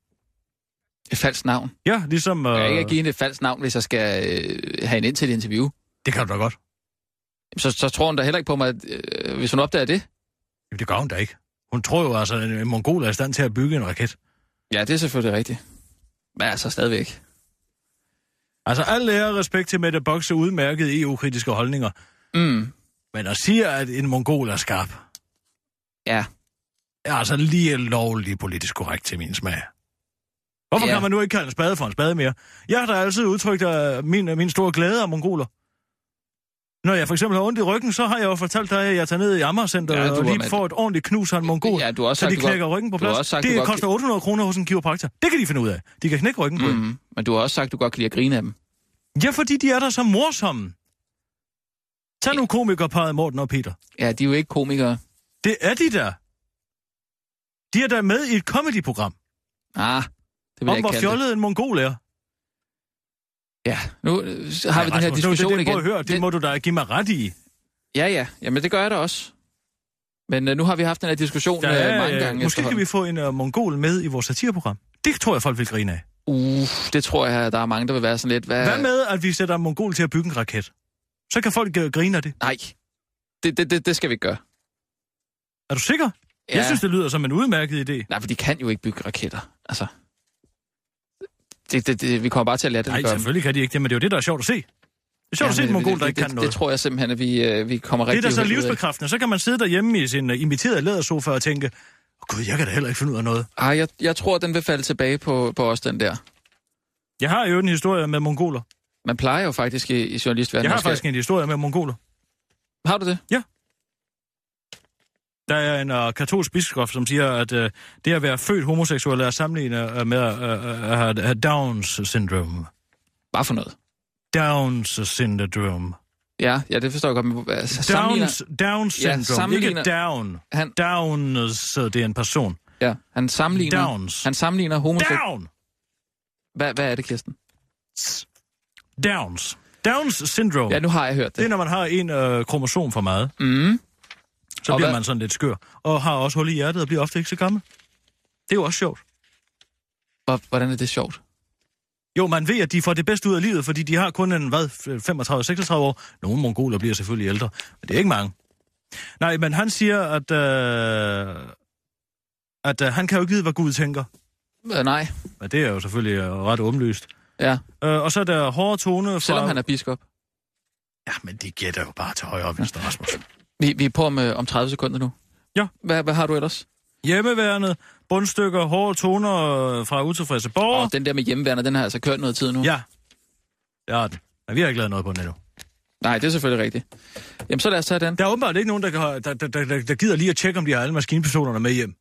[SPEAKER 5] Et falsk navn.
[SPEAKER 4] Ja, ligesom... Øh,
[SPEAKER 5] Jeg kan ikke give hende et falsk navn, hvis jeg skal øh, have hende ind til et interview.
[SPEAKER 4] Det kan du da godt.
[SPEAKER 5] Så, så tror hun da heller ikke på mig, at, øh, hvis hun opdager det.
[SPEAKER 4] Jamen, det gør hun da ikke. Hun tror jo altså, at en mongol er i stand til at bygge en raket.
[SPEAKER 5] Ja, det er selvfølgelig rigtigt. Men altså stadigvæk.
[SPEAKER 4] Altså, alt ære og respekt til Mette Bokse udmærkede EU-kritiske holdninger.
[SPEAKER 5] Mm,
[SPEAKER 4] Men at sige, at en mongol er skarp,
[SPEAKER 5] ja.
[SPEAKER 4] er altså lige lovlig politisk korrekt til min smag. Hvorfor
[SPEAKER 5] Ja.
[SPEAKER 4] ja. kan man nu ikke kalde en spade for en spade mere? Jeg har da altid udtrykt øh, min, min store glæde af mongoler. Når jeg for eksempel har ondt i ryggen, så har jeg jo fortalt dig, at jeg tager ned i Amagercenter
[SPEAKER 5] Ja,
[SPEAKER 4] ja,
[SPEAKER 5] du
[SPEAKER 4] og
[SPEAKER 5] har
[SPEAKER 4] lige
[SPEAKER 5] med-
[SPEAKER 4] får et ordentligt knus af en mongol,
[SPEAKER 5] Ja, du har også
[SPEAKER 4] så
[SPEAKER 5] sagt,
[SPEAKER 4] de
[SPEAKER 5] du godt-
[SPEAKER 4] knækker ryggen på
[SPEAKER 5] du har
[SPEAKER 4] plads.
[SPEAKER 5] også sagt, du
[SPEAKER 4] det
[SPEAKER 5] godt-
[SPEAKER 4] koster 800 kroner hos en kiropraktor. Det kan de finde ud af. De kan knække ryggen på mm.
[SPEAKER 5] Mm, men du har også sagt, at du godt kan lide at grine af dem.
[SPEAKER 4] Ja, fordi de er der så morsomme. Tag nu komikerparet Morten og Peter.
[SPEAKER 5] Ja, de er jo ikke komikere.
[SPEAKER 4] Det er de der. De er der med i et comedyprogram,
[SPEAKER 5] Ah, det vil jeg
[SPEAKER 4] om
[SPEAKER 5] ikke
[SPEAKER 4] hvor
[SPEAKER 5] kalde det.
[SPEAKER 4] fjollet en mongol er.
[SPEAKER 5] Ja, nu øh, så har vi den her
[SPEAKER 4] Rasmus, nu er
[SPEAKER 5] diskussion
[SPEAKER 4] det, det,
[SPEAKER 5] igen.
[SPEAKER 4] Prøv at høre, det, det
[SPEAKER 5] Den-
[SPEAKER 4] må du da give mig ret i.
[SPEAKER 5] Ja, ja. Jamen, det gør jeg da også. Men øh, nu har vi haft den her diskussion
[SPEAKER 4] Der
[SPEAKER 5] øh,
[SPEAKER 4] er,
[SPEAKER 5] mange gange.
[SPEAKER 4] øh, måske kan vi få en uh, mongol med i vores satireprogram. Det tror jeg, folk vil grine af.
[SPEAKER 5] efterhånden. Uh, det tror jeg, der er mange, der vil være sådan lidt... Hvad,
[SPEAKER 4] Hvad med, at vi sætter en mongol til at bygge en raket? Så kan folk øh, grine af det.
[SPEAKER 5] Nej, det, det, det, det skal vi ikke gøre.
[SPEAKER 4] Er du sikker? Ja.
[SPEAKER 5] Ja.
[SPEAKER 4] Jeg synes, det lyder som en udmærket idé.
[SPEAKER 5] Nej, for de kan jo ikke bygge raketter. Altså, det, det, det, vi kommer bare til at lade det
[SPEAKER 4] Nej,
[SPEAKER 5] gøre.
[SPEAKER 4] selvfølgelig kan de ikke det, men det er jo det, der er sjovt at se. Det er sjovt ja, at se en
[SPEAKER 5] men
[SPEAKER 4] mongol,
[SPEAKER 5] øh, det-
[SPEAKER 4] der ikke
[SPEAKER 5] det,
[SPEAKER 4] kan
[SPEAKER 5] det,
[SPEAKER 4] noget.
[SPEAKER 5] Det tror jeg simpelthen, at vi, øh, vi kommer
[SPEAKER 4] Det er
[SPEAKER 5] rigtig
[SPEAKER 4] da så
[SPEAKER 5] uheldigt ud af.
[SPEAKER 4] livsbekræftende. Så kan man sidde derhjemme i sin uh, imiterede lædersofa og tænke, oh, gud, jeg kan da heller ikke finde ud af noget.
[SPEAKER 5] Ej, jeg, jeg tror, den vil falde tilbage på, på os, den der.
[SPEAKER 4] Jeg har jo en historie med mongoler.
[SPEAKER 5] Man plejer jo faktisk i, i journalistverdenen.
[SPEAKER 4] Jeg har
[SPEAKER 5] at skal-
[SPEAKER 4] faktisk en historie med mongoler.
[SPEAKER 5] Har du det?
[SPEAKER 4] Der er en uh, katolsk biskop, som siger, at uh, det at være født homoseksuel er sammenlignet uh, med at uh, uh, have Downs syndrom.
[SPEAKER 5] Hvad for noget?
[SPEAKER 4] Downs syndrom.
[SPEAKER 5] Ja, ja, det forstår jeg godt. Men, hvor- altså, sammenligner-
[SPEAKER 4] Downs, Downs
[SPEAKER 5] Ja,
[SPEAKER 4] syndrom. Ja,
[SPEAKER 5] sammenligner-
[SPEAKER 4] ikke down.
[SPEAKER 5] Han-
[SPEAKER 4] Downs, øh, det er en person.
[SPEAKER 5] Ja, han sammenligner...
[SPEAKER 4] Downs.
[SPEAKER 5] Han sammenligner homoseksuelle...
[SPEAKER 4] Down!
[SPEAKER 5] Hvad, hvad er det, Kirsten?
[SPEAKER 4] Downs. Downs syndrom.
[SPEAKER 5] Ja, nu har jeg hørt
[SPEAKER 4] Det er,
[SPEAKER 5] det.
[SPEAKER 4] når man har en øh, kromosom for meget.
[SPEAKER 5] Mm.
[SPEAKER 4] Så
[SPEAKER 5] Og
[SPEAKER 4] bliver
[SPEAKER 5] hvad-
[SPEAKER 4] man sådan lidt skør. Og har også hul i hjertet og bliver ofte ikke så gammel. Det er jo også sjovt.
[SPEAKER 5] Hvor- Hvordan er det sjovt?
[SPEAKER 4] Jo, man ved, at de får det bedste ud af livet, fordi de har kun en, hvad, 35-36 år. Nogle mongoler bliver selvfølgelig ældre, men det er ikke mange. Nej, men han siger, at, øh, at øh, han kan jo ikke vide, hvad Gud tænker.
[SPEAKER 5] Øh, nej,
[SPEAKER 4] Men det er jo selvfølgelig øh, ret åbenlyst.
[SPEAKER 5] ja.
[SPEAKER 4] Øh, og så er der hårde tone fra...
[SPEAKER 5] Selvom han er biskop.
[SPEAKER 4] Ja, men de gætter jo bare til højre og venstre, Rasmus.
[SPEAKER 5] Vi, vi er på om, øh, om 30 sekunder nu.
[SPEAKER 4] Ja.
[SPEAKER 5] Hvad, hvad har du ellers?
[SPEAKER 4] Hjemmeværende, bundstykker, hårde toner øh, fra utilfredse
[SPEAKER 5] Åh,
[SPEAKER 4] borgere.
[SPEAKER 5] oh, den der med hjemmeværende, den har altså kørt noget tid nu.
[SPEAKER 4] Ja, det er den. Men vi har ikke lavet noget på den endnu.
[SPEAKER 5] Nej, det er selvfølgelig rigtigt. Jamen, så lad os tage den.
[SPEAKER 4] Der er åbenbart ikke nogen, der, kan, der, der, der, der, der gider lige at tjekke, om de har alle maskinpistolerne med hjem.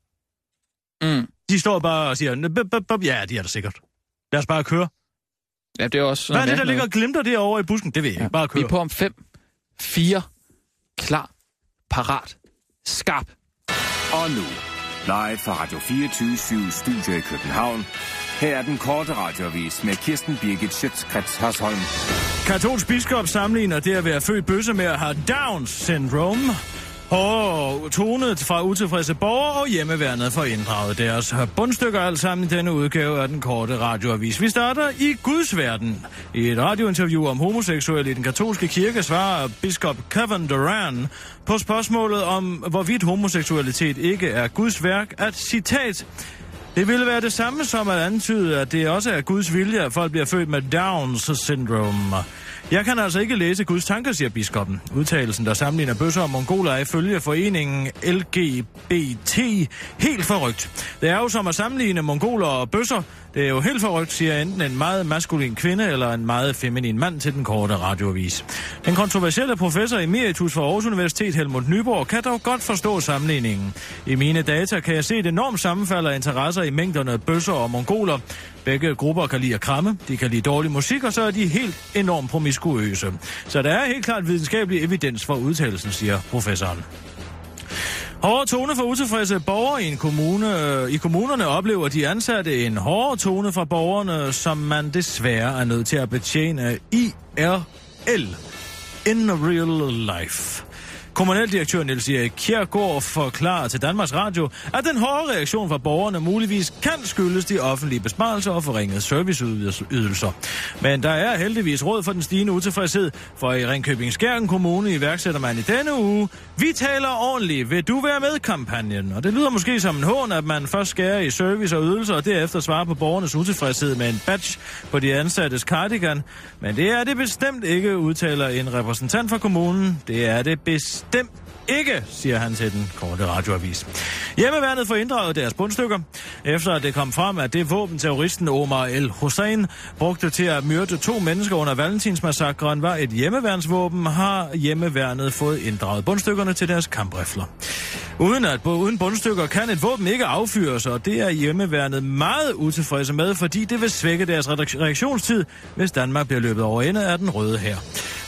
[SPEAKER 5] Mm.
[SPEAKER 4] De står bare og siger, "Nå, bup, bup, bup." ja, de er der sikkert. Lad os bare køre.
[SPEAKER 5] Ja, det er også...
[SPEAKER 4] Hvad er
[SPEAKER 5] noget
[SPEAKER 4] det, der
[SPEAKER 5] mærkeligt
[SPEAKER 4] ligger og glimter derovre i busken? Det ved jeg ikke. Bare
[SPEAKER 5] noget. Vi
[SPEAKER 4] køre.
[SPEAKER 5] er på om 5, 4, klar, parat, skarp.
[SPEAKER 6] Og nu, live fra Radio 24 Studio i København. Her er den korte radiovis med Kirsten Birgit Schøtzgrads Hasholm.
[SPEAKER 4] Katolsk biskop sammenligner det at være født bøsse med at have Downs syndrome. Og tonet fra utilfredse borgere og hjemmeværnet for inddraget deres bundstykker alt sammen i denne udgave af den korte radioavis. Vi starter i Guds verden. I et radiointerview om homoseksuelle i den katolske kirke svarer biskop Kevin Duran på spørgsmålet om, hvorvidt homoseksualitet ikke er Guds værk, at citat det ville være det samme som at antyde, at det også er Guds vilje, at folk bliver født med Downs syndrome. Jeg kan altså ikke læse Guds tanker, siger biskoppen. Udtalelsen, der sammenligner bøsser og mongoler, er ifølge foreningen LGBT helt forrygt. Det er jo som at sammenligne mongoler og bøsser. Det er jo helt forrygt, siger enten en meget maskulin kvinde eller en meget feminin mand til den korte radioavis. Den kontroversielle professor emeritus fra Aarhus Universitet, Helmut Nyborg, kan dog godt forstå sammenligningen. I mine data kan jeg se et enormt sammenfald af interesser i mængderne af bøsser og mongoler. Begge grupper kan lide at kramme, de kan lide dårlig musik, og så er de helt enormt promiskuøse. Så der er helt klart videnskabelig evidens for udtalelsen, siger professoren. Hårde tone fra utilfredse borgere i, en kommune, øh, i kommunerne oplever de ansatte en hårdere tone fra borgerne, som man desværre er nødt til at betjene IRL. In real life. Kommunaldirektør Niels Erik Kjærgaard forklarer til Danmarks Radio, at den hårde reaktion fra borgerne muligvis kan skyldes de offentlige besparelser og forringede serviceydelser. Men der er heldigvis råd for den stigende utilfredshed, for i Ringkøbing Skjern Kommune iværksætter man i denne uge Vi taler ordentligt, vil du være med kampagnen? Og det lyder måske som en hån, at man først skærer i service og ydelser, og derefter svarer på borgernes utilfredshed med en badge på de ansattes cardigan. Men det er det bestemt ikke, udtaler en repræsentant fra kommunen. Det er det bestemt ikke, siger han til den korte radioavis. Hjemmeværnet får inddraget deres bundstykker, efter at det kom frem, at det våben, terroristen Omar El Hussein brugte til at myrde to mennesker under Valentinsmassakren, var et hjemmeværnsvåben, har hjemmeværnet fået inddraget bundstykkerne til deres kamprifler. Uden at uden bundstykker kan et våben ikke affyres, og det er hjemmeværnet meget utilfredse med, fordi det vil svække deres redakt- reaktionstid, hvis Danmark bliver løbet over ende af den røde her.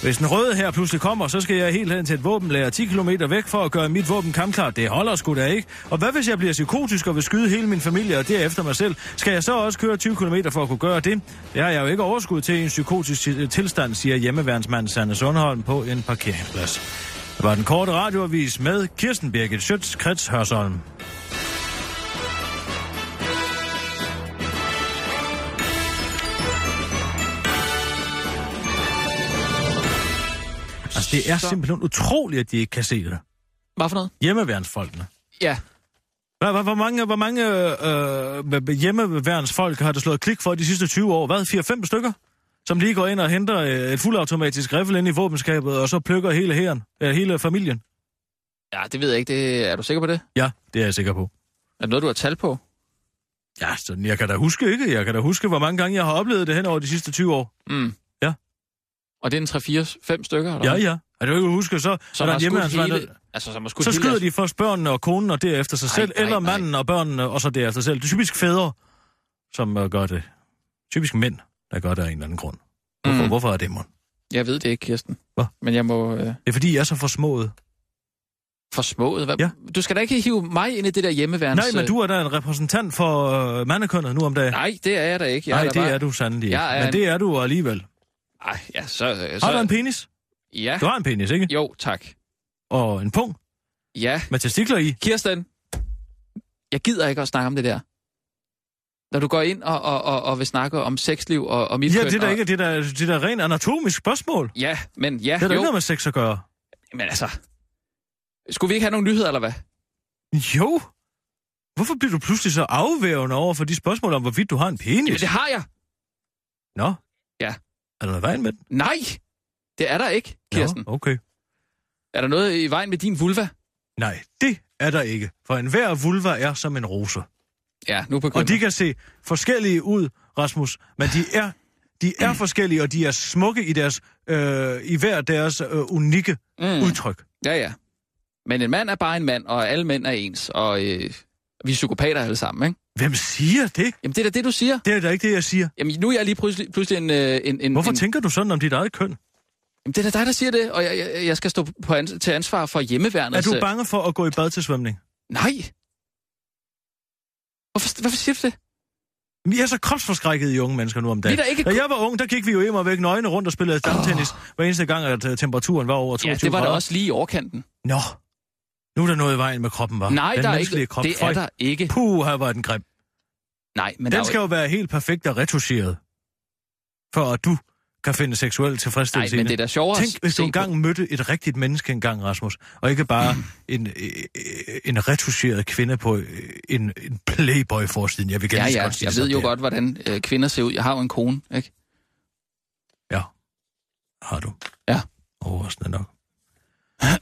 [SPEAKER 4] Hvis den røde her pludselig kommer, så skal jeg helt hen til et våbenlager 10 km væk for at gøre mit våben kampklart. Det holder sgu da ikke. Og hvad hvis jeg bliver psykotisk og vil skyde hele min familie og derefter mig selv? Skal jeg så også køre 20 km for at kunne gøre det? Det har jeg jo ikke overskud til i en psykotisk ti- tilstand, siger hjemmeværnsmand Sanne Sundholm på en parkeringsplads. Det var den korte radioavis med Kirsten Birgit Schøtz, Krets Hørsholm. Altså, det er
[SPEAKER 5] Så-
[SPEAKER 4] simpelthen utroligt, at de ikke kan se det.
[SPEAKER 5] Hvad for noget?
[SPEAKER 4] Hjemmeværnsfolkene.
[SPEAKER 5] Ja,
[SPEAKER 4] Hvor, hvor, hvor mange, hvor mange øh, øh, hjemmeværnsfolk har der slået klik for de sidste 20 år? Hvad? 4-5 stykker? Som lige går ind og henter øh, et fuldautomatisk riffel ind i våbenskabet, og så plukker hele hæren, øh, hele familien.
[SPEAKER 5] ja det ved jeg ikke. Det, er du sikker på det?
[SPEAKER 4] Ja, det er jeg sikker på.
[SPEAKER 5] Er det noget, du har tal på?
[SPEAKER 4] Ja, sådan, jeg kan da huske, ikke? Jeg kan da huske, hvor mange gange jeg har oplevet det hen over de sidste 20 år.
[SPEAKER 5] Mm.
[SPEAKER 4] Ja.
[SPEAKER 5] Og det er en 3-4-5 stykker? Eller?
[SPEAKER 4] Ja,
[SPEAKER 5] hvad?
[SPEAKER 4] ja. Er du ikke huske, så, så
[SPEAKER 5] Som
[SPEAKER 4] er der
[SPEAKER 5] har
[SPEAKER 4] en
[SPEAKER 5] skudt
[SPEAKER 4] hjemmeværnsmand,
[SPEAKER 5] hele...
[SPEAKER 4] der-
[SPEAKER 5] Altså, som har skudt
[SPEAKER 4] så
[SPEAKER 5] hele
[SPEAKER 4] skyder
[SPEAKER 5] deres-
[SPEAKER 4] de først børnene og konen, og derefter sig
[SPEAKER 5] Ej,
[SPEAKER 4] selv,
[SPEAKER 5] ej,
[SPEAKER 4] eller
[SPEAKER 5] ej.
[SPEAKER 4] manden og børnene, og så derefter sig selv. Det er typisk fædre, som øh, gør det. Typisk mænd, der gør det af en eller anden grund. Hvorfor,
[SPEAKER 5] Mm.
[SPEAKER 4] mm. hvorfor er det, mon?
[SPEAKER 5] Jeg ved det ikke, Kirsten.
[SPEAKER 4] Hvad?
[SPEAKER 5] Men jeg må... Øh,
[SPEAKER 4] Det er fordi, jeg er så forsmået.
[SPEAKER 5] forsmået. Hvad?
[SPEAKER 4] Ja.
[SPEAKER 5] Du skal da ikke hive mig ind i det der hjemmeværns...
[SPEAKER 4] Nej, men du er da en repræsentant for øh, mandekønnet nu om dagen.
[SPEAKER 5] Nej, det er jeg da ikke. Jeg
[SPEAKER 4] Nej
[SPEAKER 5] er da
[SPEAKER 4] det
[SPEAKER 5] bare...
[SPEAKER 4] er du sandelig ikke.
[SPEAKER 5] Jeg er
[SPEAKER 4] Men
[SPEAKER 5] en-
[SPEAKER 4] det er du alligevel.
[SPEAKER 5] Ej, ja, så... øh, så
[SPEAKER 4] Har du en penis?
[SPEAKER 5] Ja.
[SPEAKER 4] Du har en penis, ikke?
[SPEAKER 5] Jo, tak.
[SPEAKER 4] Og en pung
[SPEAKER 5] Ja.
[SPEAKER 4] med testikler i.
[SPEAKER 5] Kirsten, jeg gider ikke at snakke om det der. Når du går ind og, og, og, og vil snakke om sexliv og, og mit
[SPEAKER 4] Ja,
[SPEAKER 5] køn...
[SPEAKER 4] det er da
[SPEAKER 5] og...
[SPEAKER 4] ikke det der, det der rent anatomisk spørgsmål.
[SPEAKER 5] Ja, men
[SPEAKER 4] Det
[SPEAKER 5] ja,
[SPEAKER 4] er da
[SPEAKER 5] jo.
[SPEAKER 4] ikke noget med sex at gøre.
[SPEAKER 5] Men altså... Skulle vi ikke have nogle nyheder, eller hvad?
[SPEAKER 4] Jo. Hvorfor bliver du pludselig så afvævende over for de spørgsmål om, hvorvidt du har en penis?
[SPEAKER 5] Jamen, det har jeg.
[SPEAKER 4] Nå.
[SPEAKER 5] Ja.
[SPEAKER 4] Er der noget vejen med den?
[SPEAKER 5] Nej! Det er der ikke, Kirsten.
[SPEAKER 4] Nå, okay.
[SPEAKER 5] Er der noget i vejen med din vulva?
[SPEAKER 4] Nej, det er der ikke. For enhver vulva er som en rose.
[SPEAKER 5] Ja, nu begynder.
[SPEAKER 4] Og de kan se forskellige ud, Rasmus, men de er, de er forskellige, og de er smukke i, deres, øh, i hver deres øh, unikke mm. udtryk.
[SPEAKER 5] Ja, ja. Men en mand er bare en mand, og alle mænd er ens, og øh, vi er psykopater alle sammen, ikke?
[SPEAKER 4] Hvem siger det?
[SPEAKER 5] Jamen, det er da det, du siger.
[SPEAKER 4] Det er da ikke det, jeg siger.
[SPEAKER 5] Jamen, nu er jeg lige pludselig, pludselig en, øh, en, en...
[SPEAKER 4] Hvorfor
[SPEAKER 5] en,
[SPEAKER 4] tænker du sådan om dit eget køn?
[SPEAKER 5] Jamen, det er da dig, der siger det, og jeg, jeg, jeg skal stå på ans- til ansvar for hjemmeværnet.
[SPEAKER 4] Er du bange for at gå i bad til svømning?
[SPEAKER 5] Nej. Hvorfor, hvorfor siger du det?
[SPEAKER 4] Vi er så kropsforskrækket i unge mennesker nu om dagen.
[SPEAKER 5] Vi er da ikke
[SPEAKER 4] Da
[SPEAKER 5] ku-
[SPEAKER 4] jeg var ung, der gik vi jo hjem og væk nøgne rundt og spillede stamtennis, oh. hver eneste gang, at øh, temperaturen var over 22
[SPEAKER 5] Ja, det var da
[SPEAKER 4] grader.
[SPEAKER 5] også lige i overkanten.
[SPEAKER 4] Nå, nu er der noget i vejen med kroppen, var.
[SPEAKER 5] Nej,
[SPEAKER 4] den
[SPEAKER 5] der er
[SPEAKER 4] menneskelige
[SPEAKER 5] ikke.
[SPEAKER 4] Krop,
[SPEAKER 5] Det er der ikke.
[SPEAKER 4] Puh, her var den grim.
[SPEAKER 5] Nej, men der er
[SPEAKER 4] Den
[SPEAKER 5] jo
[SPEAKER 4] skal jo være helt perfekt og retuscheret, for at du kan finde seksuel
[SPEAKER 5] Nej,
[SPEAKER 4] tilfredsstillelse. i
[SPEAKER 5] men
[SPEAKER 4] det.
[SPEAKER 5] det er da sjovere
[SPEAKER 4] Tænk, hvis
[SPEAKER 5] se
[SPEAKER 4] du engang mødte et rigtigt menneske engang, Rasmus, og ikke bare en, øh, en retuscheret kvinde på øh, en, en playboy-forsiden. Jeg vil
[SPEAKER 5] på...
[SPEAKER 4] gerne
[SPEAKER 5] Ja,
[SPEAKER 4] lige så
[SPEAKER 5] ja,
[SPEAKER 4] sige
[SPEAKER 5] jeg
[SPEAKER 4] det
[SPEAKER 5] ved
[SPEAKER 4] som
[SPEAKER 5] jo
[SPEAKER 4] det er.
[SPEAKER 5] godt, hvordan øh, kvinder ser ud. Jeg har jo en kone, ikke?
[SPEAKER 4] Ja, har du.
[SPEAKER 5] Ja.
[SPEAKER 4] Overraskende nok.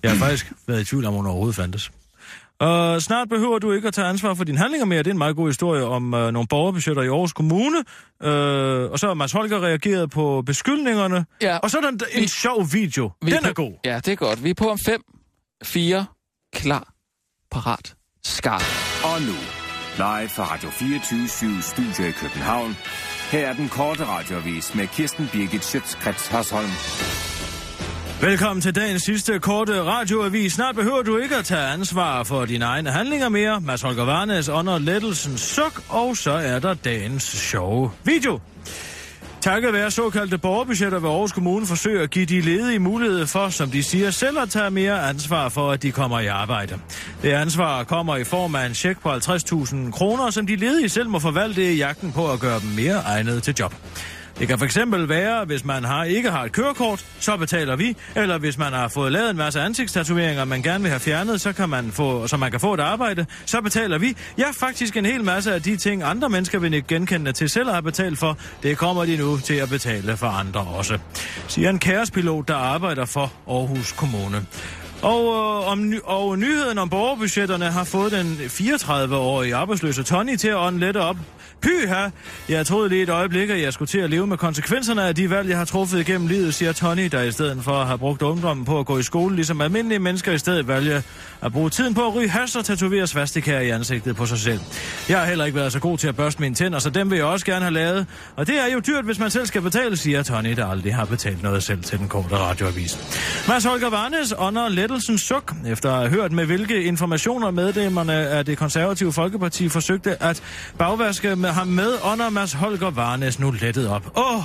[SPEAKER 4] Jeg har faktisk været i tvivl om, hun overhovedet fandtes. Og snart behøver du ikke at tage ansvar for dine handlinger mere. Det er en meget god historie om øh, nogle borgerbudgetter i Aarhus Kommune. Øh, og så har Mads Holger reageret på beskyldningerne.
[SPEAKER 5] Ja.
[SPEAKER 4] Og så er der en, en sjov video.
[SPEAKER 5] Vi
[SPEAKER 4] Den
[SPEAKER 5] på...
[SPEAKER 4] er god.
[SPEAKER 5] Ja, det er godt. Vi er på om 5, 4, klar, parat, skarp.
[SPEAKER 6] Og nu, live fra Radio 24 Studio i København. Her er den korte radiovis med Kirsten Birgit Schøtzgrads Hasholm.
[SPEAKER 4] Velkommen til dagens sidste korte radioavis. Snart behøver du ikke at tage ansvar for dine egne handlinger mere. Mads Holger Varnes ånder lettelsens suk, og så er der dagens sjove video. Takket være såkaldte borgerbudgetter vil Aarhus Kommune forsøge at give de ledige mulighed for, som de siger, selv at tage mere ansvar for, at de kommer i arbejde. Det ansvar kommer i form af en check på 50.000 kroner, som de ledige selv må forvalte i jagten på at gøre dem mere egnet til job. Det kan fx være, hvis man har, ikke har et kørekort, så betaler vi, eller hvis man har fået lavet en masse ansigtstatoveringer, man gerne vil have fjernet, så, kan man få, så man kan få et arbejde, så betaler vi. Ja, faktisk en hel masse af de ting, andre mennesker vil ikke genkende til selv at have betalt for, det kommer de nu til at betale for andre også. Siger en kærespilot, der arbejder for Aarhus Kommune. Og, øh, om ny- og nyheden om borgerbudgetterne har fået den 34-årige arbejdsløse Tony til at ånde lidt op. Pyha! Jeg troede lige et øjeblik, at jeg skulle til at leve med konsekvenserne af de valg, jeg har truffet igennem livet, siger Tony, der i stedet for at have brugt ungdommen på at gå i skole, ligesom almindelige mennesker i stedet vælger at bruge tiden på at ryge hash og tatovere svastikaer i ansigtet på sig selv. Jeg har heller ikke været så god til at børste mine tænder, så dem vil jeg også gerne have lavet. Og det er jo dyrt, hvis man selv skal betale, siger Tony, der aldrig har betalt noget selv til den korte radioavis. Mads Holger Varnes ånder lettelsens suk, efter at have hørt med hvilke informationer medlemmerne af det konservative Folkeparti forsøgte at bagvaske med ham med, ånder Mads Holger Varnes nu lettet op. Åh,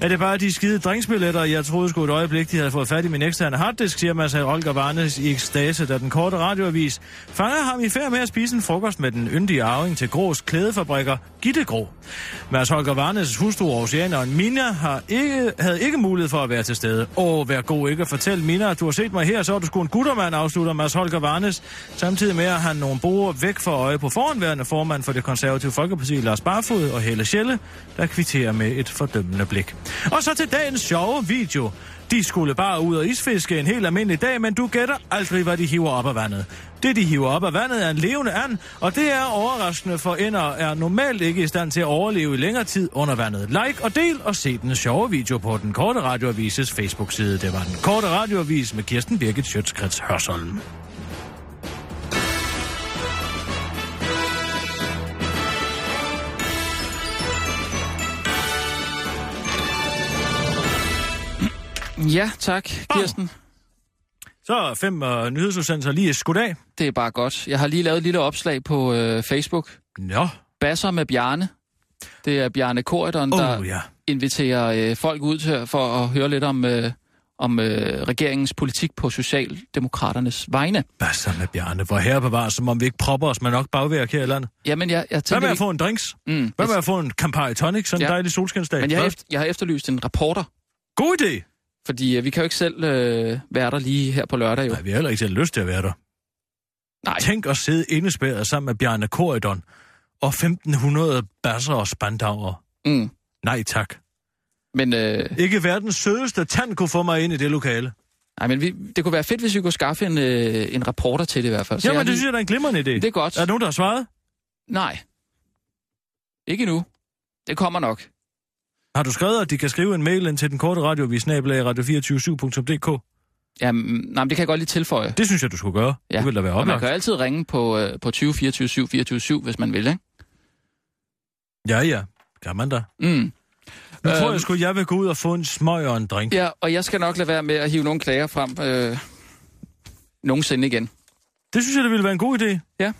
[SPEAKER 4] er det bare de skide drinksbilletter, jeg troede sgu et øjeblik, de havde fået fat i min eksterne harddisk, siger Mads Holger Varnes i ekstase, da den korte radioavis fanger ham i færd med at spise en frokost med den yndige arving til Grås klædefabrikker, Gitte Grå. Mads Holger Varnes hustru, Oceaneren Mina, har ikke, havde ikke mulighed for at være til stede. Åh, vær god ikke at fortælle Mina, at du har set mig her, så er du sgu en guttermand, afslutter Mads Holger Varnes, samtidig med at han nogle bruger væk for øje på foranværende formand for det konservative Folkeparti, Lars Barfod og Helle Schelle, der kvitterer med et fordømmende blik. Og så til dagens sjove video. De skulle bare ud og isfiske en helt almindelig dag, men du gætter aldrig, hvad de hiver op af vandet. Det, de hiver op af vandet, er en levende and, og det er overraskende, for ender er normalt ikke i stand til at overleve i længere tid under vandet. Like og del og se den sjove video på den korte radioavises Facebook-side. Det var den korte radioavis med Kirsten Birgit Schøtzgrads Hørsholm.
[SPEAKER 5] Ja, tak, Kirsten.
[SPEAKER 4] Så er fem uh, nyhedsudsendelser lige skudt af.
[SPEAKER 5] Det er bare godt. Jeg har lige lavet et lille opslag på øh, Facebook.
[SPEAKER 4] Nå,
[SPEAKER 5] Basser med Bjarne. Det er Bjarne Korridoren, der
[SPEAKER 4] oh, ja.
[SPEAKER 5] inviterer øh, folk ud til, for at høre lidt om, øh, om øh, regeringens politik på Socialdemokraternes vegne.
[SPEAKER 4] Hvad så med Bjarne? Hvor herre bevares, som om vi ikke propper os med nok bagværk her i landet.
[SPEAKER 5] Jamen, jeg, jeg
[SPEAKER 4] Hvad
[SPEAKER 5] tænker...
[SPEAKER 4] med at
[SPEAKER 5] ikke-
[SPEAKER 4] få en drinks?
[SPEAKER 5] Mm,
[SPEAKER 4] Hvad med at få en Campari Tonic, sådan en
[SPEAKER 5] Ja.
[SPEAKER 4] dejlig solskinsdag?
[SPEAKER 5] men jeg har,
[SPEAKER 4] Hvad?
[SPEAKER 5] efter, jeg har efterlyst en reporter,
[SPEAKER 4] God idé!
[SPEAKER 5] fordi øh, vi kan jo ikke selv øh, være der lige her på lørdag, jo.
[SPEAKER 4] Nej, vi har heller ikke selv lyst til at være der.
[SPEAKER 5] Nej.
[SPEAKER 4] Tænk at sidde indespærret sammen med Bjarne Korydon og 1500 basser og spandauer.
[SPEAKER 5] Mm.
[SPEAKER 4] Nej tak.
[SPEAKER 5] Men, øh,
[SPEAKER 4] Ikke verdens sødeste tand kunne få mig ind i det lokale.
[SPEAKER 5] nej, men vi, det kunne være fedt, hvis vi kunne skaffe en, øh, en reporter til det i hvert fald. Så
[SPEAKER 4] Jamen,
[SPEAKER 5] jeg
[SPEAKER 4] det
[SPEAKER 5] har
[SPEAKER 4] synes jeg der er en glimrende idé.
[SPEAKER 5] lige- Det er godt.
[SPEAKER 4] Er der nogen, der har svaret?
[SPEAKER 5] Nej. Ikke nu. Det kommer nok.
[SPEAKER 4] Har du skrevet, at de kan skrive en mail ind til den korte radio, vi snabler radio247.dk?
[SPEAKER 5] Jamen, mm, nej, men det kan jeg godt lige tilføje.
[SPEAKER 4] Det synes jeg, du skulle gøre.
[SPEAKER 5] Ja.
[SPEAKER 4] Det ville da være
[SPEAKER 5] Og man
[SPEAKER 4] oplagt.
[SPEAKER 5] kan jo altid ringe på, øh, på 20 24 7 24 7, hvis man vil, ikke?
[SPEAKER 4] Ja, ja. Kan man da.
[SPEAKER 5] Mm.
[SPEAKER 4] Nu tror
[SPEAKER 5] Øhm.
[SPEAKER 4] jeg sgu, jeg vil gå ud og få en smøg og en drink.
[SPEAKER 5] Ja, og jeg skal nok lade være med at hive nogle klager frem øh, nogensinde igen.
[SPEAKER 4] Det synes jeg, det ville være en god idé.
[SPEAKER 5] Ja.